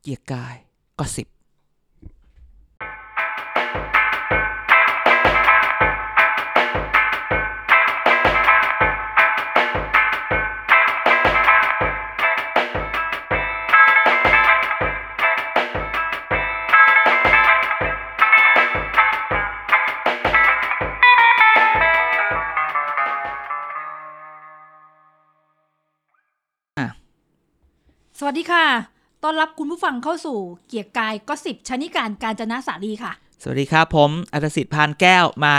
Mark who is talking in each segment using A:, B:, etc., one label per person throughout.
A: เกียร์กายก็สิบ
B: สวัสดีค่ะ ต้อนรับคุณผู้ฟังเข้าสู่เกียร์กายก็สิบชนิการการจนะสาลีค่ะ
A: สวัสดีครับ ผมอัตสิทธิ์พานแก้วมา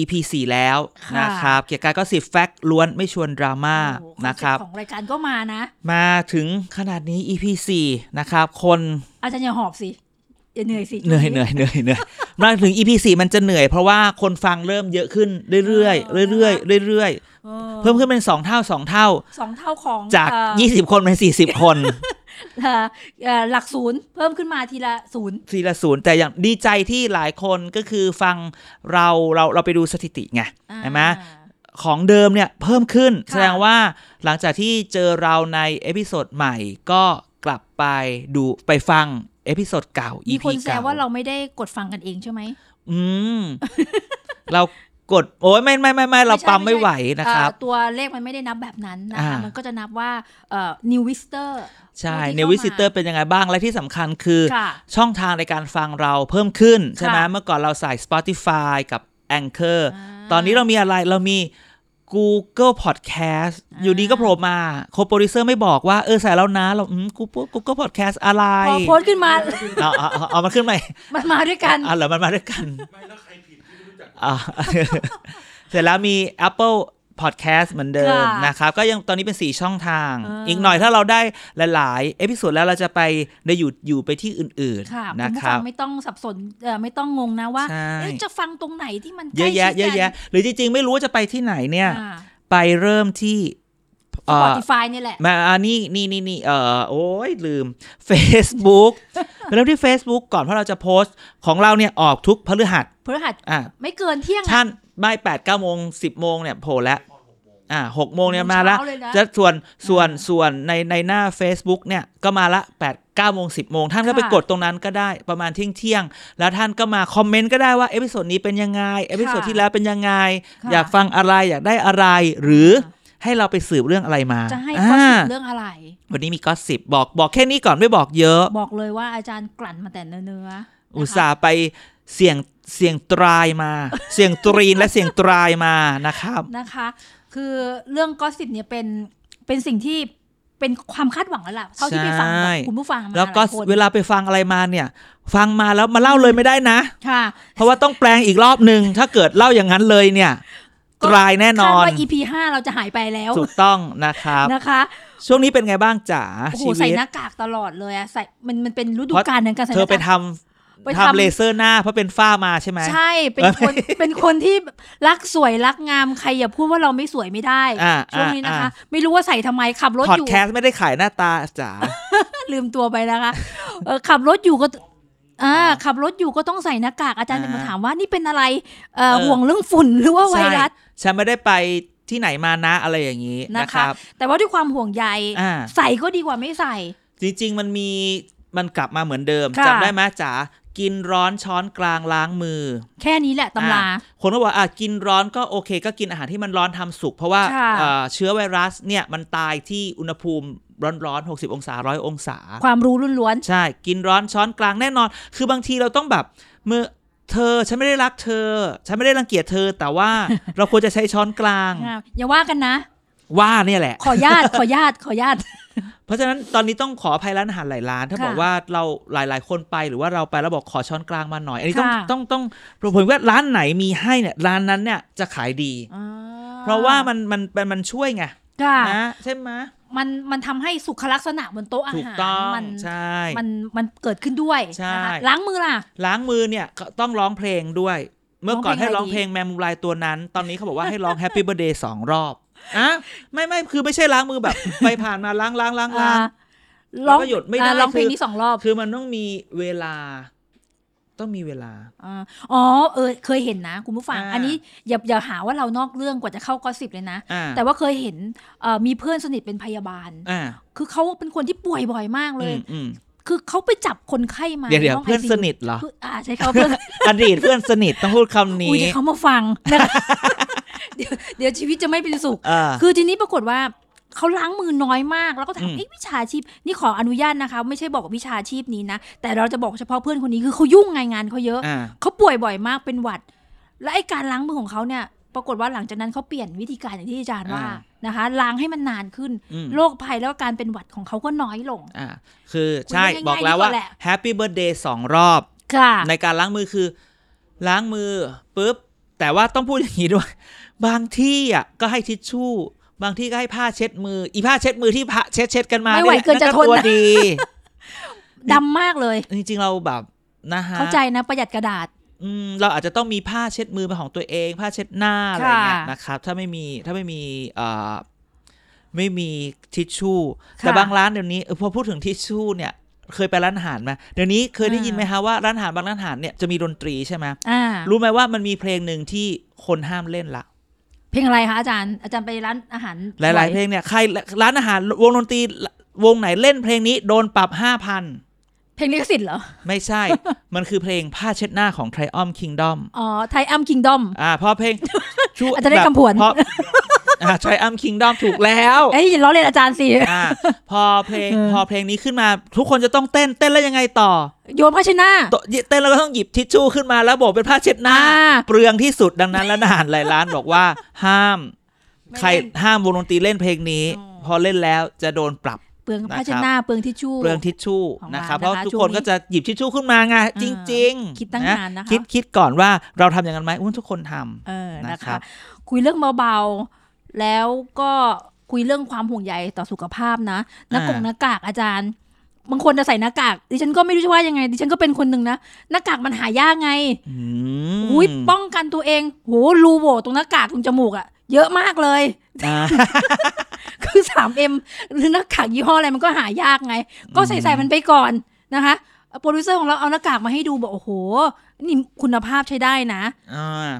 A: EP 4แล้ว
B: ค่ะ
A: นะครับ เกียร์กายก็สิบแฟกต์ล้วนไม่ชวนดราม่า
B: โอ้โห
A: นะครับ
B: ของรายการก็มานะ
A: มาถึงขนาดนี้ EP 4นะครับ คน
B: อาจารย์อย่าหอบสิอย่าเหนื่อยสิ
A: เหนื่อยเหนื่อยเหนื่อยเหนื่อย มาถึง EP 4มันจะเหนื่อยเพราะว่าคนฟังเริ่มเยอะขึ้นเรื่อยๆเรื่อยๆเรื่อย
B: ออ
A: ๆ เพิ่มขึ้นเป็น 2 เท่า 2 เท่า
B: สองเท่าของ
A: จาก
B: เอ่อ
A: 20 คนเป็น 40 คน
B: เอ่อเอ่อหลักศูนย์เพิ่มขึ้นมาทีละศูนย์
A: ทีละศูนย์แต่อย่างดีใจที่หลายคนก็คือฟังเราเราเราไปดูสถิติไงใช่ไหมของเดิมเนี่ยเพิ่มขึ้น
B: ค่ะ
A: แสดงว่าหลังจากที่เจอเราในเอพิโซดใหม่ก็กลับไปดูไปฟังเอพิโซดเก่า
B: มี
A: EP
B: คนแซว
A: เก่า
B: ว่าเราไม่ได้กดฟังกันเองใช่ไหม
A: อืม เรากดโอ้ยไม่ไม่ไม่ไม่เรา
B: ไม่ใช่
A: ปั๊ม
B: ไม่
A: ไม่
B: ใช่
A: ไหวนะครับ
B: เอ่อตัวเลขมันไม่ได้นับแบบนั้นนะคะ
A: อ่ามั
B: มันก็จะนับว่าเอ่อ new visitor
A: ใช่
B: ผู้ที่
A: ในวิสิเตอร์เป็นยังไงบ้างและที่สำคัญคือ
B: ค่ะ
A: ช่องทางในการฟังเราเพิ่มขึ้น ใช่ไหม
B: ค่ะ
A: เมื่อก่อนเราใส่ Spotify กับ Anchor
B: อ่า
A: ตอนนี้เรามีอะไรเรามี Google Podcast
B: อ่า
A: อยู่ดีก็โผล่มาโคโปรดิวเซอร์ไม่บอกว่า เออใส่แล้วนะ เราอืมกูปุ๊บ Google Podcast อะไร
B: พอโพสต์ขึ้นมา
A: เอาเอาเอาเอามันขึ้นใหม่
B: มันมาด้วยกัน
A: เอาเหรอมันมาด้วยกันอ่า เสร็จแล้วมี Apple Podcast เหมือนเดิม
B: ค่ะ
A: นะครับ ก็ยังตอนนี้เป็น 4 ช่องทาง
B: เอออี
A: อีกหน่อยถ้าเราได้หลาย ๆ เอพิ o d ดแล้วเราจะไปได้อยู่อยู่ไปที่อื่น
B: ค่ะ
A: ๆ
B: คุ
A: นะ
B: ณผู้
A: ครั
B: ฟั
A: บ
B: งไม่ต้องสับสนเอ่อไม่ต้องงงนะว่า
A: ใช่
B: เอ๊ะจะฟังตรงไหนที่มัน
A: เยอะแยะเยอะแยะ หรือจริง ๆ ไม่รู้ว่าจะไปที่ไหนเนี่ย ไปเริ่มที่
B: ส
A: เอ่
B: ปอ
A: อ
B: ติฟายนี่แหละ
A: มาอันนี้นี่นี่นี่เออโอ้ยลืม Facebook ไปเริ่มที่ Facebook ก่อนเพราะเราจะโพสต์ของเราเนี่ยออกทุกพฤหัส
B: พฤหัส
A: อ่ะ
B: ไม่เกินเที่ยงอะ
A: ท่านไม่แปดเก้าโมงสิบโมงเนี่ยโผล่แล้วอ่ะหกโมงเนี่ยมาละ
B: เช้าเลยนะ
A: จะส่วนส่วน
B: อ่า
A: ส่วนในในหน้า Facebook เนี่ยก็มาละแปดเก้าโมงสิบโมงท่านก็ไป
B: ค่ะ
A: กดตรงนั้นก็ได้ประมาณเที่ยงเที่ยงๆแล้วท่านก็มาคอมเมนต์ก็ได้ว่าเอพิโซดนี้เป็นยังไงเอพิโซดที่แล้วเป็นยังไง
B: ค่ะ
A: อยากฟังอะไรอยากได้อะไรหรืออา ให้เราไปสืบเรื่องอะไรมา
B: จะให้ข้อสิบ
A: า
B: เรื่องอะไร
A: วันนี้มีก็สิบบอกบอกแค่นี้ก่อนไม่บอกเยอะ
B: บอกเลยว่าอาจารย์กลั่นมาแต่เนื้อเนื้อๆ
A: อุตส่าห์ไปเสี่ยงเสี่ยงตราย มา เสี่ยงตรีนและเสี่ยงตรายมานะครับ
B: นะคะ คือเรื่องก็สิบเนี่ยเป็นเป็นสิ่งที่เป็นความคาดหวังแล้วล่ะเท่าที่ไปฟัง
A: ใช่
B: จากคุณผู้ฟังมา
A: แล้วก็
B: หายคน
A: เวลาไปฟังอะไรมาเนี่ย ฟังมาแล้วมาเล่าเลยไม่ได้นะ
B: ค่ะ
A: เพราะว่าต้องแปลงอีกรอบหนึ่งถ้าเกิดเล่าอย่างนั้นเลยเนี่ย ตรายแน่นอ
B: คาด
A: น
B: ว่า EP ห้าเราจะหายไปแล้ว
A: ถูกต้องนะครับ
B: นะคะ
A: ช่วงนี้เป็นไงบ้างจ๋า
B: โอ้โห
A: ชี
B: ใส่
A: วิต
B: หน้ากากตลอดเลยอะใส่มันมันเป็นฤดู
A: เพราะ
B: กาลในการใส่ห
A: เธอ
B: น้า
A: ไป
B: กาก
A: ทำ
B: ไป
A: ทำ
B: ทำ
A: เลเซอร์หน้าเพราะเป็นฝ้ามาใช่ไหม
B: ใช่เป็น คนเป็นคนที่รักสวยรักงามใครอย่าพูดว่าเราไม่สวยไม่ได้
A: อ่า
B: ช่วงนี้นะ
A: อ่า
B: คะ
A: อ่า
B: ไม่รู้ว่าใส่ทำไมขับรถ
A: พอ
B: อ
A: ด
B: ยู่
A: แคสต์ไม่ได้ขายหน้าตาจ๋า
B: ลืมตัวไปนะคะเออขับรถอยู่ก็อ่าขับรถอยู่ก็ต้องใส่หน้ากากอาจารย์
A: อ่า
B: จะมาถามว่านี่เป็นอะไรเอ่อ
A: เออ
B: ห่วงเรื่องฝุ่นหรือว่าไวรัส
A: ใช่ฉันไม่ได้ไปที่ไหนมานะอะไรอย่างนี้
B: นะคะ
A: นะครับ
B: แต่ว่าด้วยความห่วงใย
A: อ่า
B: ใส่ก็ดีกว่าไม่ใส่
A: จริงๆ มันมีมันกลับมาเหมือนเดิม
B: ค่ะ
A: จำได้ไหมจ๋ากินร้อนช้อนกลางล้างมือ
B: แค่นี้แหละตำรา
A: อ่คนก็บอกอ่ะกินร้อนก็โอเค ก็กินอาหารที่มันร้อนทำสุก เพราะว่า
B: ค่ะ
A: เอ่อเชื้อไวรัสเนี่ยมันตายที่อุณหภูมิร้อนๆ 60 องศาร้อยองศา
B: ความรู้ล้วน
A: ใช่ กินร้อนช้อนกลางแน่นอน คือบางทีเราต้องแบบเมื่อเธอฉันไม่ได้รักเธอ ฉันไม่ได้รังเกียจเธอ แต่ว่า เราควรจะใช้ช้อนกลาง
B: ๆอ่าอย่าว่ากันนะ
A: ว่าเนี่ยแหละ
B: ขอญาติ ขอญาติขอญาติ
A: เพราะฉะนั้นตอนนี้ต้องขออภัยร้านอาหารหลายร้าน ถ้า
B: ค่ะ
A: บอกว่าเราหลาย ๆ คนไปหรือว่าเราไปแล้วบอกขอช้อนกลางมาหน่อยอันนี้ต้อง
B: ค่ะ
A: ต้องต้องต้องผมว่าร้านไหนมีให้เนี่ยร้านนั้นเนี่ยจะขายดี
B: อ่
A: เพราะว่ามันมันมันมันช่วยไง
B: ค่ะ
A: นะใช่ไหม
B: มันมันทำให้สุขลักษณะบนโต๊ะอา
A: ถูก
B: หาร
A: ต้อง
B: มัน
A: ใช่
B: มันมันเกิดขึ้นด้วย
A: ใช่
B: นะคะล้างมือล่ะ
A: ล้างมือเนี่ยก็ต้องร้องเพลงด้วย เมื่อก่อน
B: ร้อง
A: ให้ร้อง
B: เพลงอะไร
A: เพลงแมมมูลายตัวนั้น ตอนนี้เขา บอกว่าให้ร้องแฮปปี้เบ t ร์เดย์สองรอบอ่ะไม่ไม่คือไม่ใช่ล้างมือ แบบ ไปผ่านมาล้างล้างล้างล้าง
B: า
A: แล้วก็หยุดไม่ได้
B: อ่าร้องเพลง
A: คือ
B: นี้สองรอบ
A: คือมันต้องมีเวลา ต้องมีเวลา
B: อ่าอ๋อเออเคยเห็นนะ คุณผู้ฟัง
A: อ่า
B: อันนี้อย่าอย่าหาว่าเรานอกเรื่องกว่าจะเข้าก็สิบเลยนะ
A: อ่า
B: แต่ว่าเคยเห็นเอ่อมีเพื่อนสนิทเป็นพยาบาล
A: อ่า
B: คือเขาเป็นคนที่ป่วยบ่อยมากเลย
A: อืมอืม
B: คือเขาไปจับคนไข้มา
A: เดี๋ยวเดี๋ยว
B: ให้ง
A: เพื่อน
B: ICU
A: สนิทเหรอ
B: เพื่อนอ่าใช่เขาเพื่อน
A: อดีตเพื่อนสนิทต้องพูดคำ
B: อุ้
A: นี้
B: ยเดี๋ยวเขามาฟัง นะคะเดี๋ยวเดี๋ยวชีวิตจะไม่เป็นสุข
A: อ่า
B: คือทีนี้ปรากฏว่าเขาล้างมือน้อยมากแล้วก็ถา
A: อื
B: ม
A: ม
B: เอ้วิชาชีพนี่ขออนุญาตนะคะ ไม่ใช่บอกวิชาชีพนี้นะ แต่เราจะบอกเฉพาะเพื่อนคนนี้คือเขายุ่งไงงานเขาเยอะ
A: อ่า
B: เขาป่วยบ่อยมากเป็นหวัด และไอการล้างมือของเขาเนี่ย ปรากฏว่าหลังจากนั้นเขาเปลี่ยนวิธีการอย่างที่อาจารย์ว่า
A: อ่า
B: นะคะล้างให้มันนานขึ้น
A: อืม
B: โรคภัยแล้วก็การเป็นหวัดของเขาก็น้อยลง
A: อ่าคือ
B: คุย
A: ใช่
B: ง่ายๆ
A: บอกแล้ว
B: ดีกว่า
A: ว่า
B: แหละ
A: แฮปปี้เบิร์ดเดย์สองรอบ
B: ค่ะ
A: ในการล้างมือคือล้างมือปุ๊บ แต่ว่าต้องพูดอย่างนี้ด้วย บางที่อ่ะก็ให้ทิชชู่ บางที่ก็ให้ผ้าเช็ดมือ อีผ้าเช็ดมือที่ผ้าเช็ดเช็ดๆกันมา
B: ไม่ไหวย
A: แหล
B: เกินจะ
A: ก็
B: ทน
A: ตัวดี
B: ดำมากเลย
A: จริงๆเราแบบนะฮะ
B: เข้าใจนะประหยัดกระดาษ
A: อืมเราอาจจะต้องมีผ้าเช็ดมือเป็นของตัวเอง ผ้าเช็ดหน้าอะไรอย่างเงี้ย
B: ค่ะ
A: นะครับถ้าไม่มีถ้าไม่มีเอ่อไม่มีทิชชู่
B: ค่ะ
A: แต่บางร้านเดี๋ยวนี้เออพอพูดถึงทิชชู่เนี่ยเคยไปร้านอาหารไหมเดี๋ยวนี้เคยได้ยิน
B: อ่า
A: ไหมฮะว่าร้านอาหารบางร้านอาหารเนี่ยจะมีดนตรีใช่ไหม
B: อ่า
A: รู้ไหมว่ามันมีเพลงหนึ่งที่คนห้ามเล่นละ
B: เพลงอะไรคะอาจารย์อาจารย์ไปร้านอาหาร
A: หลาย ๆ เพลงเนี่ยใครร้านอาหารวงดนตรีวงไหนเล่นเพลงนี้โดนปรับห้าพัน
B: เพลงลิขสิทธิ์เหรอ
A: ไม่ใช่ มันคือเพลงผ้าเช็ดหน้าของ Triumph Kingdom
B: อ๋อไทยอัมคิงดอม
A: อ่าเพราะ เพลงชู
B: อาจจะได้คำผวน
A: เพราะ อ่า Triumph Kingdom ถูกแล้ว
B: เอ้ยอย่าล้อเล่นอาจารย์สิ
A: อ่า พอเพลง
B: เออ
A: พอเพลงนี้ขึ้นมา ทุกคนจะต้องเต้นเต้นแล้วยังไงต่อ
B: โยนผ้าเชดหนา
A: ตเต้นแล้วก็ต้องหยิบทิชชู่ขึ้นมาแล้วโบกเป็นผ้าเช็ดหน้า
B: อ่า
A: เปลืองที่สุดดังนั้นแล้วนานหลายร้านบอกว่าห้าม
B: ไม่
A: ใคร
B: เล่น
A: ห้ามวงดนตรีเล่นเพลงนี้
B: อ๋อ
A: พอเล่นแล้วจะโดนปรับ
B: เปลือง
A: นะครับ
B: ผ้าเชดหนาเปลืองทิชชู่
A: เปลืองทิชชู่
B: ของ
A: นะ
B: ร้าน
A: ครับ
B: นะคะ
A: เพราะทุก
B: ช่วง
A: คน
B: นี้
A: ก็จะหยิบทิชชู่ขึ้นมาไงจริงๆ
B: คิดตั้ง
A: ะ
B: นานนะคะ
A: คิดคิดก่อนว่าเราทำอย่างนั้นไหมอุ้ยทุกคนทำ
B: เออนะ
A: นะครั
B: คะ
A: บ
B: คุยเรื่องเบาๆ แล้วก็คุยเรื่องความห่วงใยต่อสุขภาพนะหน้ากงหน้ากากอาจารย์ บางคนจะใส่หน้ากาก ดิฉันก็ไม่รู้จะว่ายังไง ดิฉันก็เป็นคนหนึ่งนะ หน้ากากมันหายากไง
A: อืม
B: อุ้ยป้องกันตัวเองโหรูโหวตรงหน้ากากตรงจมูกอะเยอะมากเลย
A: อ่า
B: คือ 3M หรือหน้ากากยี่ห้ออะไรมันก็หายากไง ก็ใส่
A: อืม
B: ใส่มันไปก่อนนะคะโปรดิวเซอร์ของเราเอาหน้ากากมาให้ดูบอกโอ้โหนี่คุณภาพใช้ได้นะ
A: อ่า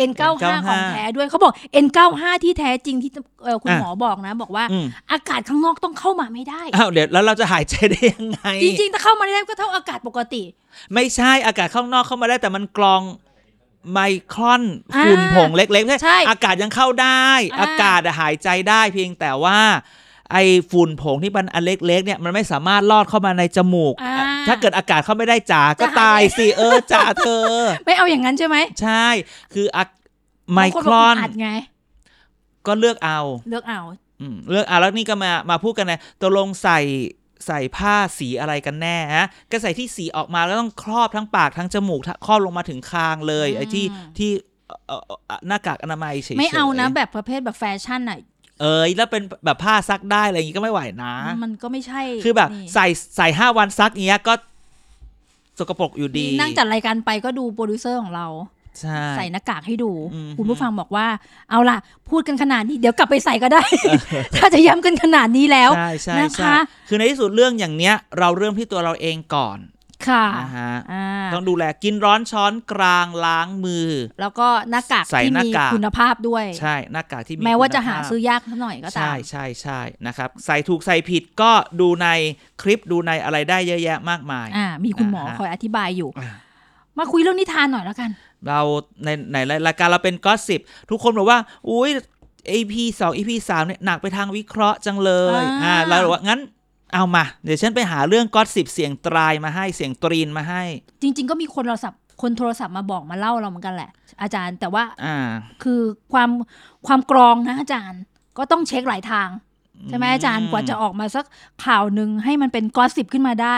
B: N95
A: N95
B: ของแท้ด้วยเขาบอก N95 ที่แท้จริงที่เอ่อคุณ
A: อ่ะ
B: หมอบอกนะ บอกว่า
A: อืม
B: อากาศข้างนอกต้องเข้ามาไม่ได้
A: อ้าวเดี๋ยวแล้วเราจะหายใจได้ยังไง
B: จริงๆ ถ้าเข้ามาได้ก็เท่าอากาศปกติ
A: ไม่ใช่อากาศข้างนอกเข้ามาได้ แต่มันกรองไมครอน
B: อ่า
A: ฝุ่นผงเล็กๆ
B: ใช่
A: อากาศยังเข้าได้
B: อ่า
A: อากาศอะหายใจได้เพียงแต่ว่า ไอ้ฝุ่นผงที่มันอันเล็กๆเนี่ยมันไม่สามารถลอดเข้ามาในจมูก
B: อ่า
A: ถ้าเกิดอากาศเข้าไม่ได้จ๋าก็
B: จะหาย
A: ตายสิเออจ๋าเธอ
B: ไม่เอาอย่างนั้นใช่ไหม
A: ใช่ คืออะไม
B: บาง
A: ครอน
B: บกดไง
A: ก็เลือกเอา
B: เลือกเอา
A: อืมเลือกเอาแล้วนี่ก็มามาพูดกันนะตกลงใส่ใส่ผ้าสีอะไรกันแน่ฮะก็ใส่ที่สีออกมาแล้วต้องครอบทั้งปากทั้งจมูกทั้งครอบลงมาถึงคางเลยไอ้ที่ที่เอ่อเอ่อเอ่อหน้ากากอนามัยเฉยๆ
B: ไม่เอานะ แบบประเภทแบบแฟชั่นอ่ะ
A: เอ้ยแล้วเป็นแบบผ้าซักได้อะไรอย่างงี้ก็ไม่ไหวนะ
B: มันก็ไม่ใช่
A: คือแบบ
B: นี่
A: ใส่ใส่ห้าวันซักอย่างเงี้ยก็สกปรกอยู่ดี
B: นี่นั่งจัดรายการไปก็ดูโปรดิวเซอร์ของเรา
A: ใช่
B: ใส่หน้ากากให้ดู
A: อืม
B: คุณผู้ฟังบอกว่า เอาล่ะ พูดกันขนาดนี้เดี๋ยวกลับไปใส่ก็ได้ ถ้าจะย้ำกันขนาดนี้แล้ว
A: ใช่ใช่
B: นะคะ
A: ใช่คือในที่สุดเรื่องอย่างเนี้ย เราเริ่มที่ตัวเราเองก่อน
B: ค่ะ
A: นะฮะ
B: อ่า
A: ต้องดูแลกินร้อนช้อนกลางล้างมือ
B: แล้วก็หน้ากาก
A: ใส่
B: ที่
A: หน้า
B: มี
A: กาก
B: คุณภาพด้วย
A: ใช่หน้ากากที่มี
B: แม้ว่าจะหา
A: คุณภพ
B: ซื้อยากหน่อยก็ตา
A: ใช่
B: ม
A: ใช่ใช่นะครับ ใส่ถูกใส่ผิดก็ดูในคลิปดูในอะไรได้เยอะแยะมากมาย
B: อ่า มีคุณหมอ
A: อ่าฮะ
B: คอยอธิบายอยู่
A: อ่ะ
B: มาคุยเรื่องนิทานหน่อยแล้วกัน
A: เราในในรายการเราเป็นก็สิบทุกคนบอกว่า อุ้ย EP สอง EP สามเนี่ยหนักไปทางวิเคราะห์จังเลย
B: อ่า
A: อ่าเราบอกว่างั้นเอามา เดี๋ยวฉันไปหาเรื่องก็สิบเสียงตรายมาให้เสียงตรีนมาให้
B: จริง ๆ ก็มีคนโทรศัพท์ คนโทรศัพท์มาบอกมาเล่าเราเหมือนกันแหละ อาจารย์ แต่ว่า
A: อ่า
B: คือความความกรองนะอาจารย์ ก็ต้องเช็คหลายทาง ใช่ไหมอาจารย์ กว่าจะออกมาสักข่าวหนึ่งให้มันเป็นกอสซิบขึ้นมาได้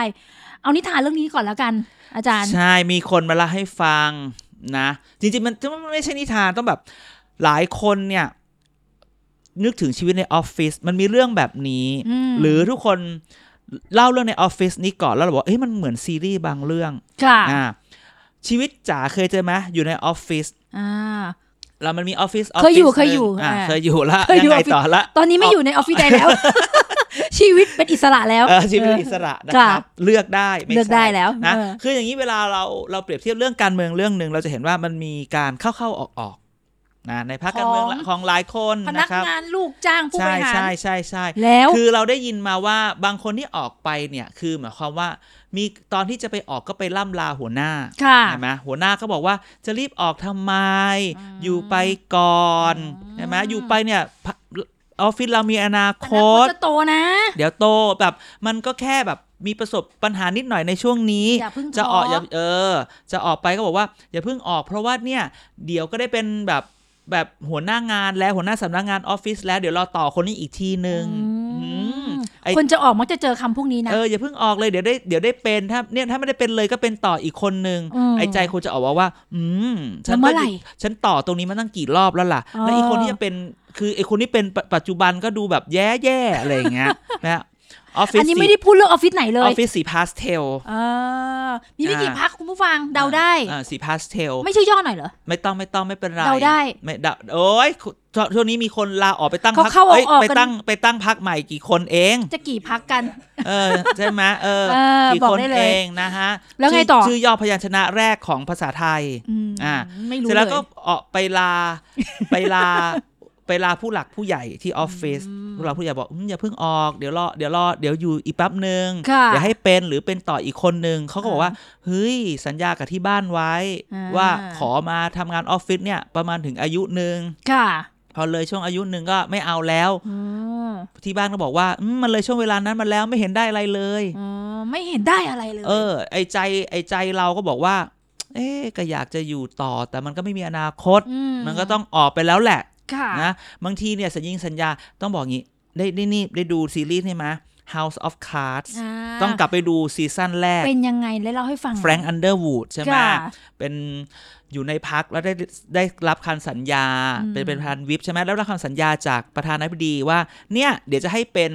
B: เอานิทานเรื่องนี้ก่อนแล้วกัน อาจารย์
A: ใช่ มีคนมาเล่าให้ฟังนะ จริงๆ มันมันไม่ใช่นิทานต้องแบบหลายคนเนี่ย นึกถึงชีวิตในออฟฟิศมันมีเรื่องแบบนี้
B: อืม
A: หรือทุกคนเล่าเรื่องในออฟฟิศนี้ก่อนแล้วเราบอกเอ้ยมันเหมือนซีรีส์บางเรื่อง
B: ค่ะ
A: อ่าชีวิตจ๋าเคยเจอไหมอยู่ในออฟฟิศ
B: อ่า
A: แล้วมันมีออฟฟิศ
B: เคยอยู่
A: ฟฟิศ
B: เคยอยู่
A: หนึ่งอ่า
B: อ่า
A: เคยอยู่ละ
B: เคยอยู่
A: ยังไง
B: ออฟฟิศ
A: ต่อละ
B: ตอนนี้ไม่อยู่ในออฟฟิศใด แล้ว ชีวิตเป็นอิสระแล้ว
A: เออชีวิตอิสระนะครับเลือกได้ม่
B: เลือกได้แล้ว
A: ใช่นะ
B: เออ
A: คืออย่างนี้เวลาเราเราเปรียบเทียบเรื่องการเมืองเรื่องหนึ่งเราจะเห็นว่ามันมีการเข้าๆออกๆ นะในพรรคการเมือง
B: ของ
A: ของหลายคน
B: พนั
A: นะ
B: ก
A: ครับ
B: งานลูกจ้างผู้บ
A: ใช่
B: ริหาร
A: ใช่ใช่ใช่
B: แล้ว
A: คือเราได้ยินมาว่าบางคนที่ออกไปเนี่ยคือหมายความว่ามีตอนที่จะไปออกก็ไปล่ำลาหัวหน้า
B: ค่ะ
A: ใช่ไหมหัวหน้าก็บอกว่าจะรีบออกทำไม
B: อืม
A: อยู่ไปก่อน
B: อืม
A: ใช่ไหมอยู่ไปเนี่ยพะออฟฟิศเรามีอนาค
B: อ
A: ต
B: นาคตจะโตนะ
A: เดี๋ยวโตแบบมันก็แค่แบบมีประสบปัญหานิดหน่อยในช่วงนี้
B: อย่าเพิ่ง
A: จะออก
B: ท้อ
A: อ
B: อ
A: ย่าเออ จะออกไปก็บอกว่า อย่าเพิ่งออกเพราะว่าเนี่ยเดี๋ยวก็ได้เป็นแบบแบบหัวหน้างานแล้วหัวหน้าสำนักงานออฟฟิศแล้วเดี๋ยวเราต่อคนนี้อีกทีนึง
B: อื
A: อื
B: ม
A: มไอ
B: คนจะออกมักจะเจอคำพวกนี้นะ
A: เอออย่าเพิ่งออกเลยเดี๋ยวได้เดี๋ยวได้เป็นถ้าเนี่ยถ้าไม่ได้เป็นเลยก็เป็นต่ออีกคนนึง
B: อืม
A: ไอ้ใจคงจะออกมาว่า อืมฉัน
B: แล้วเมื่
A: ก็
B: อไหร่
A: อยู่ฉันต่อตรงนี้มาตั้งกี่รอบแล้วล่ะ
B: อ๋อ
A: แล้วอีกคนที่จะเป็นคือไอ้คนที่เป็นปปัจจุบันก็ดูแบบแย่แย่ๆอะไรอย่างเงี้ย นะออฟฟิศ
B: อันนี้
A: สี
B: ไม่ได้พูดเรื่องออฟฟิศไหน
A: อ
B: เล
A: อย ฟฟิศสีพาสเทล
B: เออมีไม่กี่
A: อ่า
B: พักคุณผู้ฟังเดาได้
A: อ่าสีพาสเทล
B: ไม่ชื่อย่อหน่อยเหรอ
A: ไม่ต้องไม่ต้องไม่เป็นไร
B: เดาได้
A: ไม่เดาโอ้ยช่วงช่วงนี้มีคนลาออกไปตั้ง
B: เขา
A: พั
B: เข้าออก
A: เอ้ย
B: ออก
A: ไป
B: กัน
A: ตั้งไปตั้งพักใหม่กี่คนเอง
B: จะกี่พักกัน
A: เออ ใช่ไหมเออ
B: เออ
A: กี่
B: บอก
A: คน
B: ได้เลย
A: เองนะฮะ
B: แล้วไง
A: ชื่
B: ต่อ
A: ชื่อย่อพยัญชนะแรกของภาษาไทย
B: ม
A: อ่า
B: ไม่รู้
A: เสร็จ
B: เล
A: แล้ว
B: ย
A: ก็ออกไปลา ไปลา ไปลาผู้หลักผู้ใหญ่ที่ออฟฟิศ
B: อืม
A: ผู้หลักผู้ใหญ่บอกอืมอย่าเพิ่งออกเดี๋ยวรอเดี๋ยวรอเดี๋ยวอยู่อีกแป๊บหนึ่ง
B: ค่ะ
A: เดี๋ยวให้เป็นหรือเป็นต่ออีกคนนึงเขาก็บอก
B: อ่า
A: ว่าเฮ้ยสัญญากับที่บ้านไว้
B: อ่า
A: ว่าขอมาทำงานออฟฟิศเนี่ยประมาณถึงอายุหนึ่ง
B: ค่ะ
A: พอเลยช่วงอายุหนึ่งก็ไม่เอาแล้ว
B: อืม
A: ที่บ้านก็บอกว่าอืมมันเลยช่วงเวลานั้นมาแล้วไม่เห็นได้อะไรเลย
B: อ๋อไม่เห็นได้อะไรเลย
A: เออ ไอใจไอใจเราก็บอกว่า เอ๊ะก็อยากจะอยู่ต่อแต่มันก็ไม่มีอนาคต มันก็ต้องออกไปแล้วแหละ
B: ค่ะ
A: นะบางทีเนี่ยสัญญิงสัญญาต้องบอกงี้ ได้ได้นี่ได้ดูซีรีส์นี่ไหม House of Cards
B: า
A: ต้องกลับไปดูซีซั่นแรก
B: เป็นยังไงได้เล่าให้ฟัง
A: แฟรงก์อันเดอร์วูดใช่ไหม
B: ค่ะ
A: เป็นอยู่ในพักแล้วได้ได้รับคำสัญญา
B: อืม
A: เป็นเป็นประธานวิปใช่ไหมแล้วได้รับคำสัญญาจากประธานาธิบดีว่า เนี่ยเดี๋ยวจะให้เป็น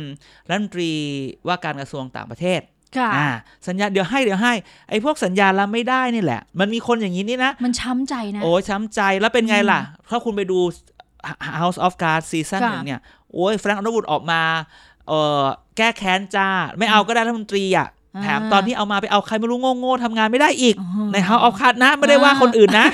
A: รัฐมนตรีว่าการกระทรวงต่างประเทศ
B: ค่ะ
A: อ่าสัญญาเดี๋ยวให้เดี๋ยวให้ไอ้พวกสัญญาละไม่ได้นี่แหละ มันมีคนอย่างนี้นี่นะ
B: มันช้ำใจนะ
A: โอ้ยช้ำใจแล้วเป็นไงล่ะ ถ้าคุณไปดู House of Cards ซีซั่น
B: ค่ะ
A: หนึ่งเนี่ย โอ้ยแฟรงค์อนุวุฒออกมาเอ่อแก้แค้นจ้า ไม่เอาก็ได้รัฐมนตรีอ่ะแถมตอนที่เอามาไปเอาใครไม่รู้โง่ๆทำงานไม่ได้อีก
B: อ๋อ
A: ใน House of Cards นะ ไม่ได้ว่าคนอื่นนะ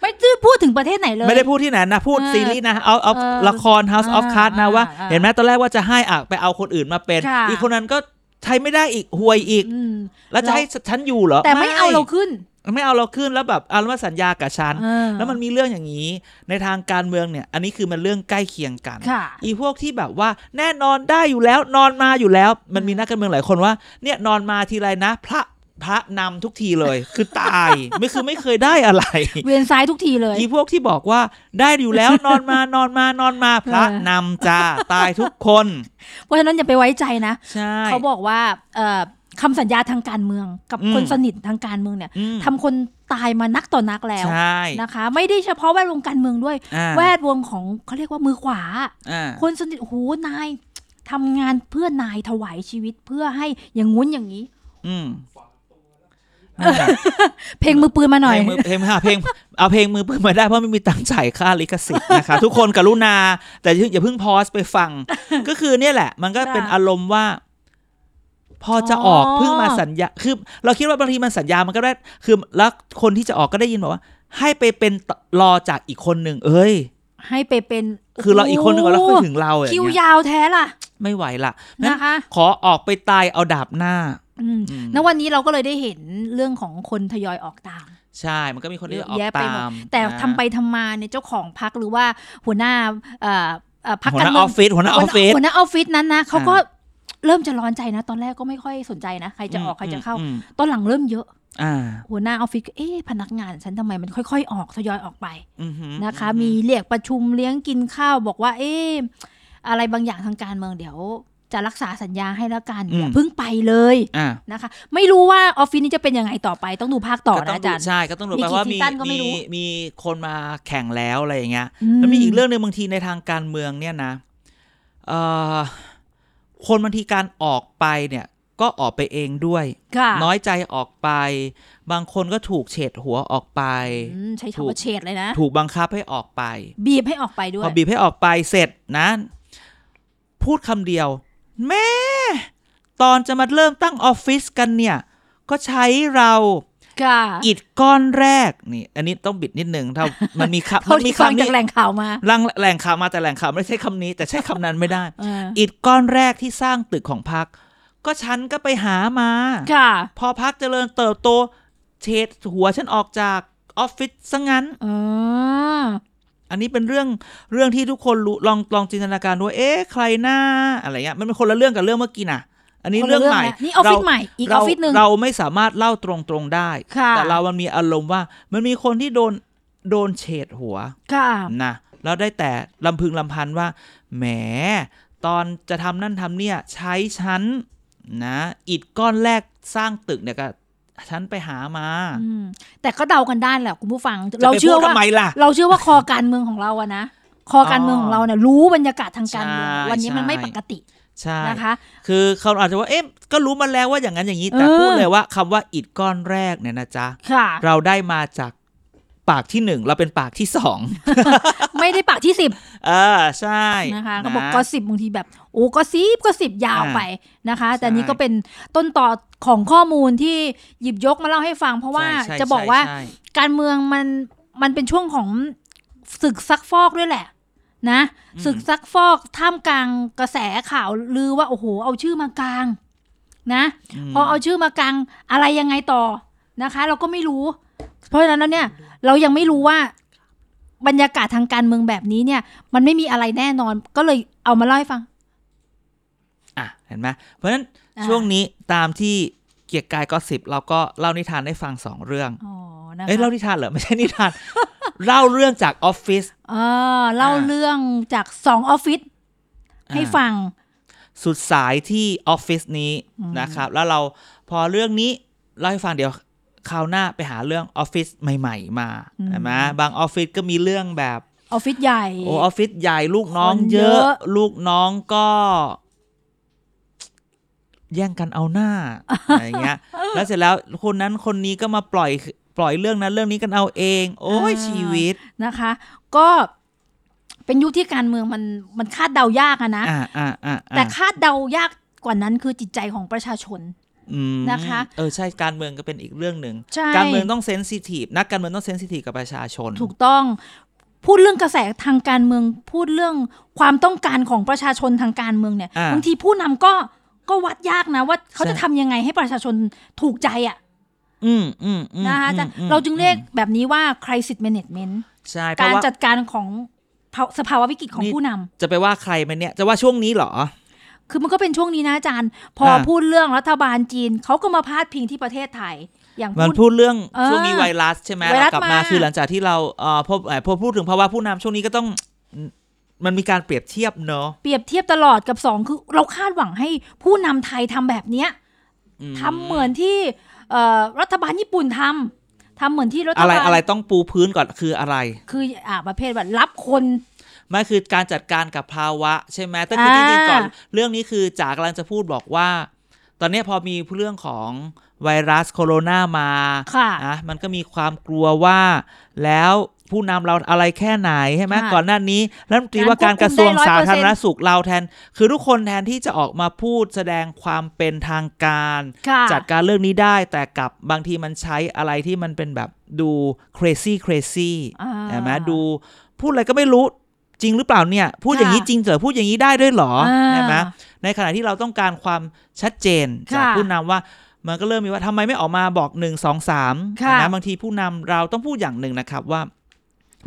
B: ไม่ได้พูดถึงประเทศไหนเลย
A: ไม่ได้พูดที่ไหนนะ พูด
B: เออ
A: ซีรีส์นะเอาเอา
B: เออ
A: ละคร House of
B: อ่า
A: Cards นะว่า
B: อ่า
A: เห็นไหมตอนแรกว่าจะให้อ่ะไปเอาคนอื่นมาเป็น
B: ค่ะ
A: อีกคนนั้นก็ใช้ไม่ได้อีกห่วยอีก
B: อืม
A: แล้วจะ
B: เรา
A: ให้ฉันอยู่เหรอ
B: แต่ไม่เอาเราขึ้น
A: ไม่เอาเราขึ้นแล้วแบบเอาแล้วมาสัญญากับฉัน
B: เออ
A: แล้วมันมีเรื่องอย่างนี้ ในทางการเมืองเนี่ย อันนี้คือมันเรื่องใกล้เคียงกัน
B: ค่ะ
A: อีพวกที่แบบว่าแน่นอนได้อยู่แล้วนอนมาอยู่แล้ว มันมีนักการเมืองหลายคนว่า เนี่ยนอนมาทีไรนะ พระพระนำทุกทีเลย คือตาย ไม่คือไม่เคยได้อะไร
B: เวียนซ้ายทุกทีเลย
A: อีพวกที่บอกว่าได้อยู่แล้วนอนมานอนมานอนมาพระนำจ้าตายทุกคน
B: เพราะฉะนั้นอย่าไปไว้ใจนะ
A: ใช่
B: เขาบอกว่าเอ่อคำสัญญาทางการเมืองกับ
A: อืม
B: คนสนิททางการเมืองเนี่ย
A: อืม
B: ทำคนตายมานักต่อนักแล้ว
A: ใช่
B: นะคะ ไม่ได้เฉพาะแวดวงการเมืองด้วย
A: อ่า
B: แวดวงของเขาเรียกว่ามือขวา
A: อ่า
B: คนสนิทโอ้โหนายทำงานเพื่อนายถวายชีวิตเพื่อให้อย่างงู้นอย่างนี้
A: อืมนั่นแหละ
B: เพลงมือปืนมาหน่อย
A: เพลงมือเพลงค่ะเพลงเอาเพลงมือปืนมาได้เพราะไม่มีตังค์จ่ายค่าลิขสิทธิ์นะคะ ทุกคนกรุณา แต่อย่าเพิ่งพอสไป ฟัง ก็คือเนี่ยแหละ มันก็เป็น
B: ค่ะ
A: อารมณ์ว่า พอจะออก
B: อ๋อ
A: เพิ่งมาสัญญาคือ เราคิดว่าบางทีมันสัญญามันก็ได้ คือแล้วคนที่จะออกก็ได้ยินบอกว่า ให้ไปเป็นต่อรอจากอีกคนหนึ่งเอ้ย
B: ให้ไปเป็น
A: คือเราอีกคนหนึ่งก่อนแล้วค่อยถึ
B: โ
A: งเรา
B: อ้
A: อะไรอ
B: โหคิ
A: ย่าว งเงี้ย
B: ยาวแท้ล่ะ
A: ไม่ไหวละงั้น
B: นะคะ
A: ขอออกไปตายเอาดาบหน้า
B: อืม
A: อืม
B: ณวันนี้เราก็เลยได้เห็นเรื่องของคนทยอยออกตาม
A: ใช่มันก็มีคนที่ออก
B: เยอะแยะไป
A: ตา
B: หมด
A: ม
B: แต่
A: นะ
B: ทำไปทำมาเนี่ยเจ้าของพักหรือว่าหัวหน้าเอ่อเอ่อพัก
A: หัว
B: กา
A: ห
B: ร
A: น้า
B: เมื
A: อ
B: อ
A: องฟฟิศหัวหน้าออฟฟิศ
B: หัวหน้าออฟฟิศนั้นนะเขา
A: อ่า
B: ก็เริ่มจะร้อนใจนะ ตอนแรกก็ไม่ค่อยสนใจนะ ใครจะออกใครจะเข้า
A: อืมอืม
B: ตอนหลังเริ่มเยอะ
A: อ่า
B: หัวหน้าออฟฟิศก็เอ๊ะพนักงาน ฉันทำไมมันค่อยๆ ออกทยอยออกไป
A: อือหือ
B: นะคะ
A: อือหือ
B: มีเรียกประชุมเลี้ยงกินข้าวบอกว่า เอ๊ะอะไรบางอย่างทางการเมืองเดี๋ยว จะรักษาสัญญาให้แล้วกัน
A: อืม
B: อย่าเพิ่งไปเลย
A: อ่า
B: นะคะ ไม่รู้ว่าออฟฟิศนี้จะเป็นยังไงต่อไปต้องดูภาคต่อ
A: ก็ต้
B: นะ
A: อง
B: อา
A: ดู
B: จารย์
A: ใช่ก็ต้องดู
B: มี
A: ไป
B: กี่
A: ว่า
B: ซี
A: มี
B: ซั่นก็ไม่
A: มี
B: รู้
A: มีคนมาแข่งแล้วอะไรอย่างเงี้ยแล้วมีอีกเรื่องหนึ่งบางทีในทางการเมืองเนี่ยนะเอ่อคนบางทีการออกไปเนี่ย ก็ออกไปเองด้วย
B: ค่ะ
A: น้อยใจออกไป บางคนก็ถูกเฉดหัวออกไป
B: อืมใช้คำว่าเฉดเลยนะ
A: ถูกบังคับให้ออกไป
B: บีบให้ออกไปด้ว
A: พ
B: ย
A: อบีบให้ออกไปเสร็จนะพูดคำเดียว แม่ ตอนจะมาเริ่มตั้งออฟฟิศกันเนี่ย ก็ใช้เรา
B: ค่ะ
A: อิฐก้อนแรกนี่ อันนี้ต้องบิดนิดนึงเท่ามันมีคำ
B: เท่า
A: มันมี
B: ที่ฟัง
A: คำ
B: จาก
A: นี้
B: แหล่งข่าวมา
A: แหล่งแหล่งข่าวมาแต่แหล่งข่าวไม่ได้ใช้คำนี้ แต่ใช้คำนั้นไม่ได้
B: เออ
A: อิฐก้อนแรกที่สร้างตึกของพัก ก็ฉันก็ไปหามา
B: ค่ะ
A: พอพักเจริญเติบโตเฉดหัวฉันออกจากออฟฟิศซะงั้น
B: เออ
A: อันนี้เป็นเรื่องเรื่องที่ทุกคนรู้ลองลองจินตนาการดูว่าเอ๊ะใครหน้าอะไรเงี้ยมันเป็นคนละเรื่องกับเรื่องเมื่อกี้นะอันนี้
B: คนละ
A: เรื่องใหม่
B: ะนี่ออฟฟิศ
A: เรา
B: ใหม่อีกอ
A: เรา
B: อฟฟิศหนึ่ง
A: เราไม่สามารถเล่าตรงๆได้
B: ค่ะ
A: แต่เรามันมีอารมณ์ว่า มันมีคนที่โดนโดนเฉดหัว
B: ค่ะ
A: นะแล้วได้แต่ลำพึงลำพันว่าแหมตอนจะทำนั่นทำเนี่ยใช้ชั้นนะอิฐก้อนแรกสร้างตึกเนี่ยก็ฉันไปหามา
B: อืมแต่ก็เดากันได้แหละคุณผู้ฟัง
A: จะ
B: เรา
A: ไป
B: เชื่อ
A: พูด
B: ว่า
A: ทำไมล่ะ
B: เราเชื่อว่าคอการเมืองของเราอะนะ คอการเมืองของเราเนี่ยรู้บรรยากาศทางการเมือง
A: ใช่
B: วันนี้มัน
A: ใช่
B: ไม่ปกติ
A: ใช่
B: นะคะ
A: คือเขาอาจจะว่าเอ๊ะก็รู้มาแล้วว่าอย่างนั้นอย่างนี้แต่
B: เออ
A: พูดเลยว่าคำว่าอิฐก้อนแรกเนี่ยนะจ๊ะ
B: ค่ะ
A: เราได้มาจากปากที่หนึ่งเราเป็นปากที่สอง
B: ไม่ได้ปากที่สิบ
A: เออใช่
B: นะคะ
A: นะ
B: ก็บอกก็สิบบางทีแบบโอ้ก็สิบก็สิบยาวไปนะคะ แต่
A: ใช่
B: นี้ก็เป็นต้นต่อของข้อมูลที่หยิบยกมาเล่าให้ฟัง เพราะว่า
A: ใช่
B: จะบอก
A: ใช่
B: ว่า
A: ใช่
B: การเมืองมันมันเป็นช่วงของศึกซักฟอกด้วยแหละ นะศึกซักฟอกท่ามกลางกระแสข่าวลือว่าโอ้โหเอาชื่อมากลางนะ
A: ม
B: พอเอาชื่อมากลางอะไรยังไงต่อนะคะ เราก็ไม่รู้ เพราะฉะนั้นแล้วเนี่ย เรายังไม่รู้ว่า บรรยากาศทางการเมืองแบบนี้เนี่ย มันไม่มีอะไรแน่นอน ก็เลยเอามาเล่าให้ฟัง
A: อ่ะเห็นไหมเพราะฉะนั้น
B: อ่า
A: ช่วงนี้ตามที่เกียรติกายก็สิบเราก็เล่านิทานได้ฟังสองเรื่อง
B: อ๋อนะคะ
A: เอ้ยเล่านิทานเหรอไม่ใช่นิทาน เล่าเรื่องจากออฟฟิศ
B: เออเล่า
A: อ่า
B: เรื่องจากสองออฟฟิศให้
A: อ่า
B: ฟัง
A: สุดสายที่ออฟฟิศนี้
B: อืม
A: นะครับ แล้วเราพอเรื่องนี้เล่าให้ฟังเดี๋ยวคราวหน้าไปหาเรื่องออฟฟิศใหม่ ๆ มาใช่ไหมบางออฟฟิศก็มีเรื่องแบบ
B: ออฟฟิศใหญ่
A: โอ้ออฟฟิศใหญ่ลูกน้อง
B: คน
A: เย
B: เย
A: อะ
B: อะ
A: ลูกน้องก็ แย่งกันเอาหน้า อะไรเงี้ ย แล้วเสร็จแล้วคนนั้นคนนี้ก็มาปล่อยปล่อยเรื่องนั้นเรื่องนี้กันเอาเอง โอ้ยชีวิต
B: นะคะ ก็เป็นยุคที่การเมืองมันมันคาดเดายากอะนะ
A: อ่าอ่าอ่า
B: แต่คาดเดายากกว่านั้นคือจิตใจของประชาชน นะคะ
A: เออใช่การเมืองก็เป็นอีกเรื่องหนึ่ง
B: ใช่
A: การเมืองต้องเซนซิทีฟนักการเมืองต้องเซนซิทีฟกับประชาชน
B: ถูกต้องพูดเรื่องกระแสทางการเมืองพูดเรื่องความต้องการของประชาชนทางการเมืองเนี่ย
A: อ่า
B: บางทีผู้นำก็ก็วัดยากนะว่าเขา
A: ใช่
B: จะทำยังไงให้ประชาชนถูกใจอ่ะ
A: อืมอืมอืม
B: นะคะ
A: อืม
B: จะ
A: อืม
B: เราจึงเรียกแบบนี้ว่า crisis management
A: ใช่เพ
B: การ
A: ราะว่า
B: จัดการของภาสภาวะวิกฤตของ
A: นี่
B: ผู้นำ
A: จะไปว่าใครไหมเนี่ย จะว่าช่วงนี้เหรอ
B: คือมันก็เป็นช่วงนี้นะอาจารย์ พออา พูดเรื่องรัฐบาลจีนเขาก็มาพาดพิงที่ประเทศไทย อย่าง
A: มัน
B: พูด
A: พูดเรื่อง
B: เออ
A: ช่วงนี้ไวรัสใช่ไหม
B: ไวรั
A: เรา
B: ส
A: กลับมา
B: มา
A: คือหลังจากที่เราเอ่อพบเอ่อพอพูดถึงภาวะผู้นำช่วงนี้ก็ต้องมันมีการเปรียบเทียบเนอะ
B: เปรียบเทียบตลอดกับสองคือเราคาดหวังให้ผู้นำไทยทำแบบเนี้ย
A: อืม
B: ทำเหมือนที่เอ่อรัฐบาลญี่ปุ่นทำทำเหมือนที่รัฐ
A: อะไร
B: บาล
A: อะไรต้องปูพื้นก่อนคืออะไร
B: คืออ่าประเภทแบบรับคน
A: ไม่คือการจัดการกับภาวะใช่ไหมแต่คืออา จริงๆก่อนเรื่องนี้คือจากกำลังจะพูดบอกว่า ตอนเนี้ยพอมีเรื่องของไวรัสโคโรนามา
B: ค่ะ
A: นะมันก็มีความกลัวว่า แล้วผู้นำเราอะไรแค่ไหนใช่ไหม
B: ค่ะ
A: ก่อนหน้านี้รัฐมนตรีว่าการกระทรวงสาธารณสุขเราแทน คือทุกคนแทนที่จะออกมาพูดแสดงความเป็นทางการ
B: ค่ะ
A: จัดการเรื่องนี้ได้แต่กลับบางทีมันใช้อะไรที่มันเป็นแบบดู crazy crazy
B: อ่า
A: ใช่ไหมดูพูดอะไรก็ไม่รู้จริงหรือเปล่าเนี่ย พูดอย่างนี้จริงเหรอพูดอย่างนี้ได้ด้วยเหรอใช่ไหม
B: อ่า
A: ในขณะที่เราต้องการความชัดเจนจาก
B: ค่ะ
A: ผู้นำว่า มันก็เริ่มมีว่าทำไมไม่ออกมาบอกหนึ่งสองสาม
B: ค่ะ
A: นะบางทีผู้นำเราต้องพูดอย่างหนึ่งนะครับว่า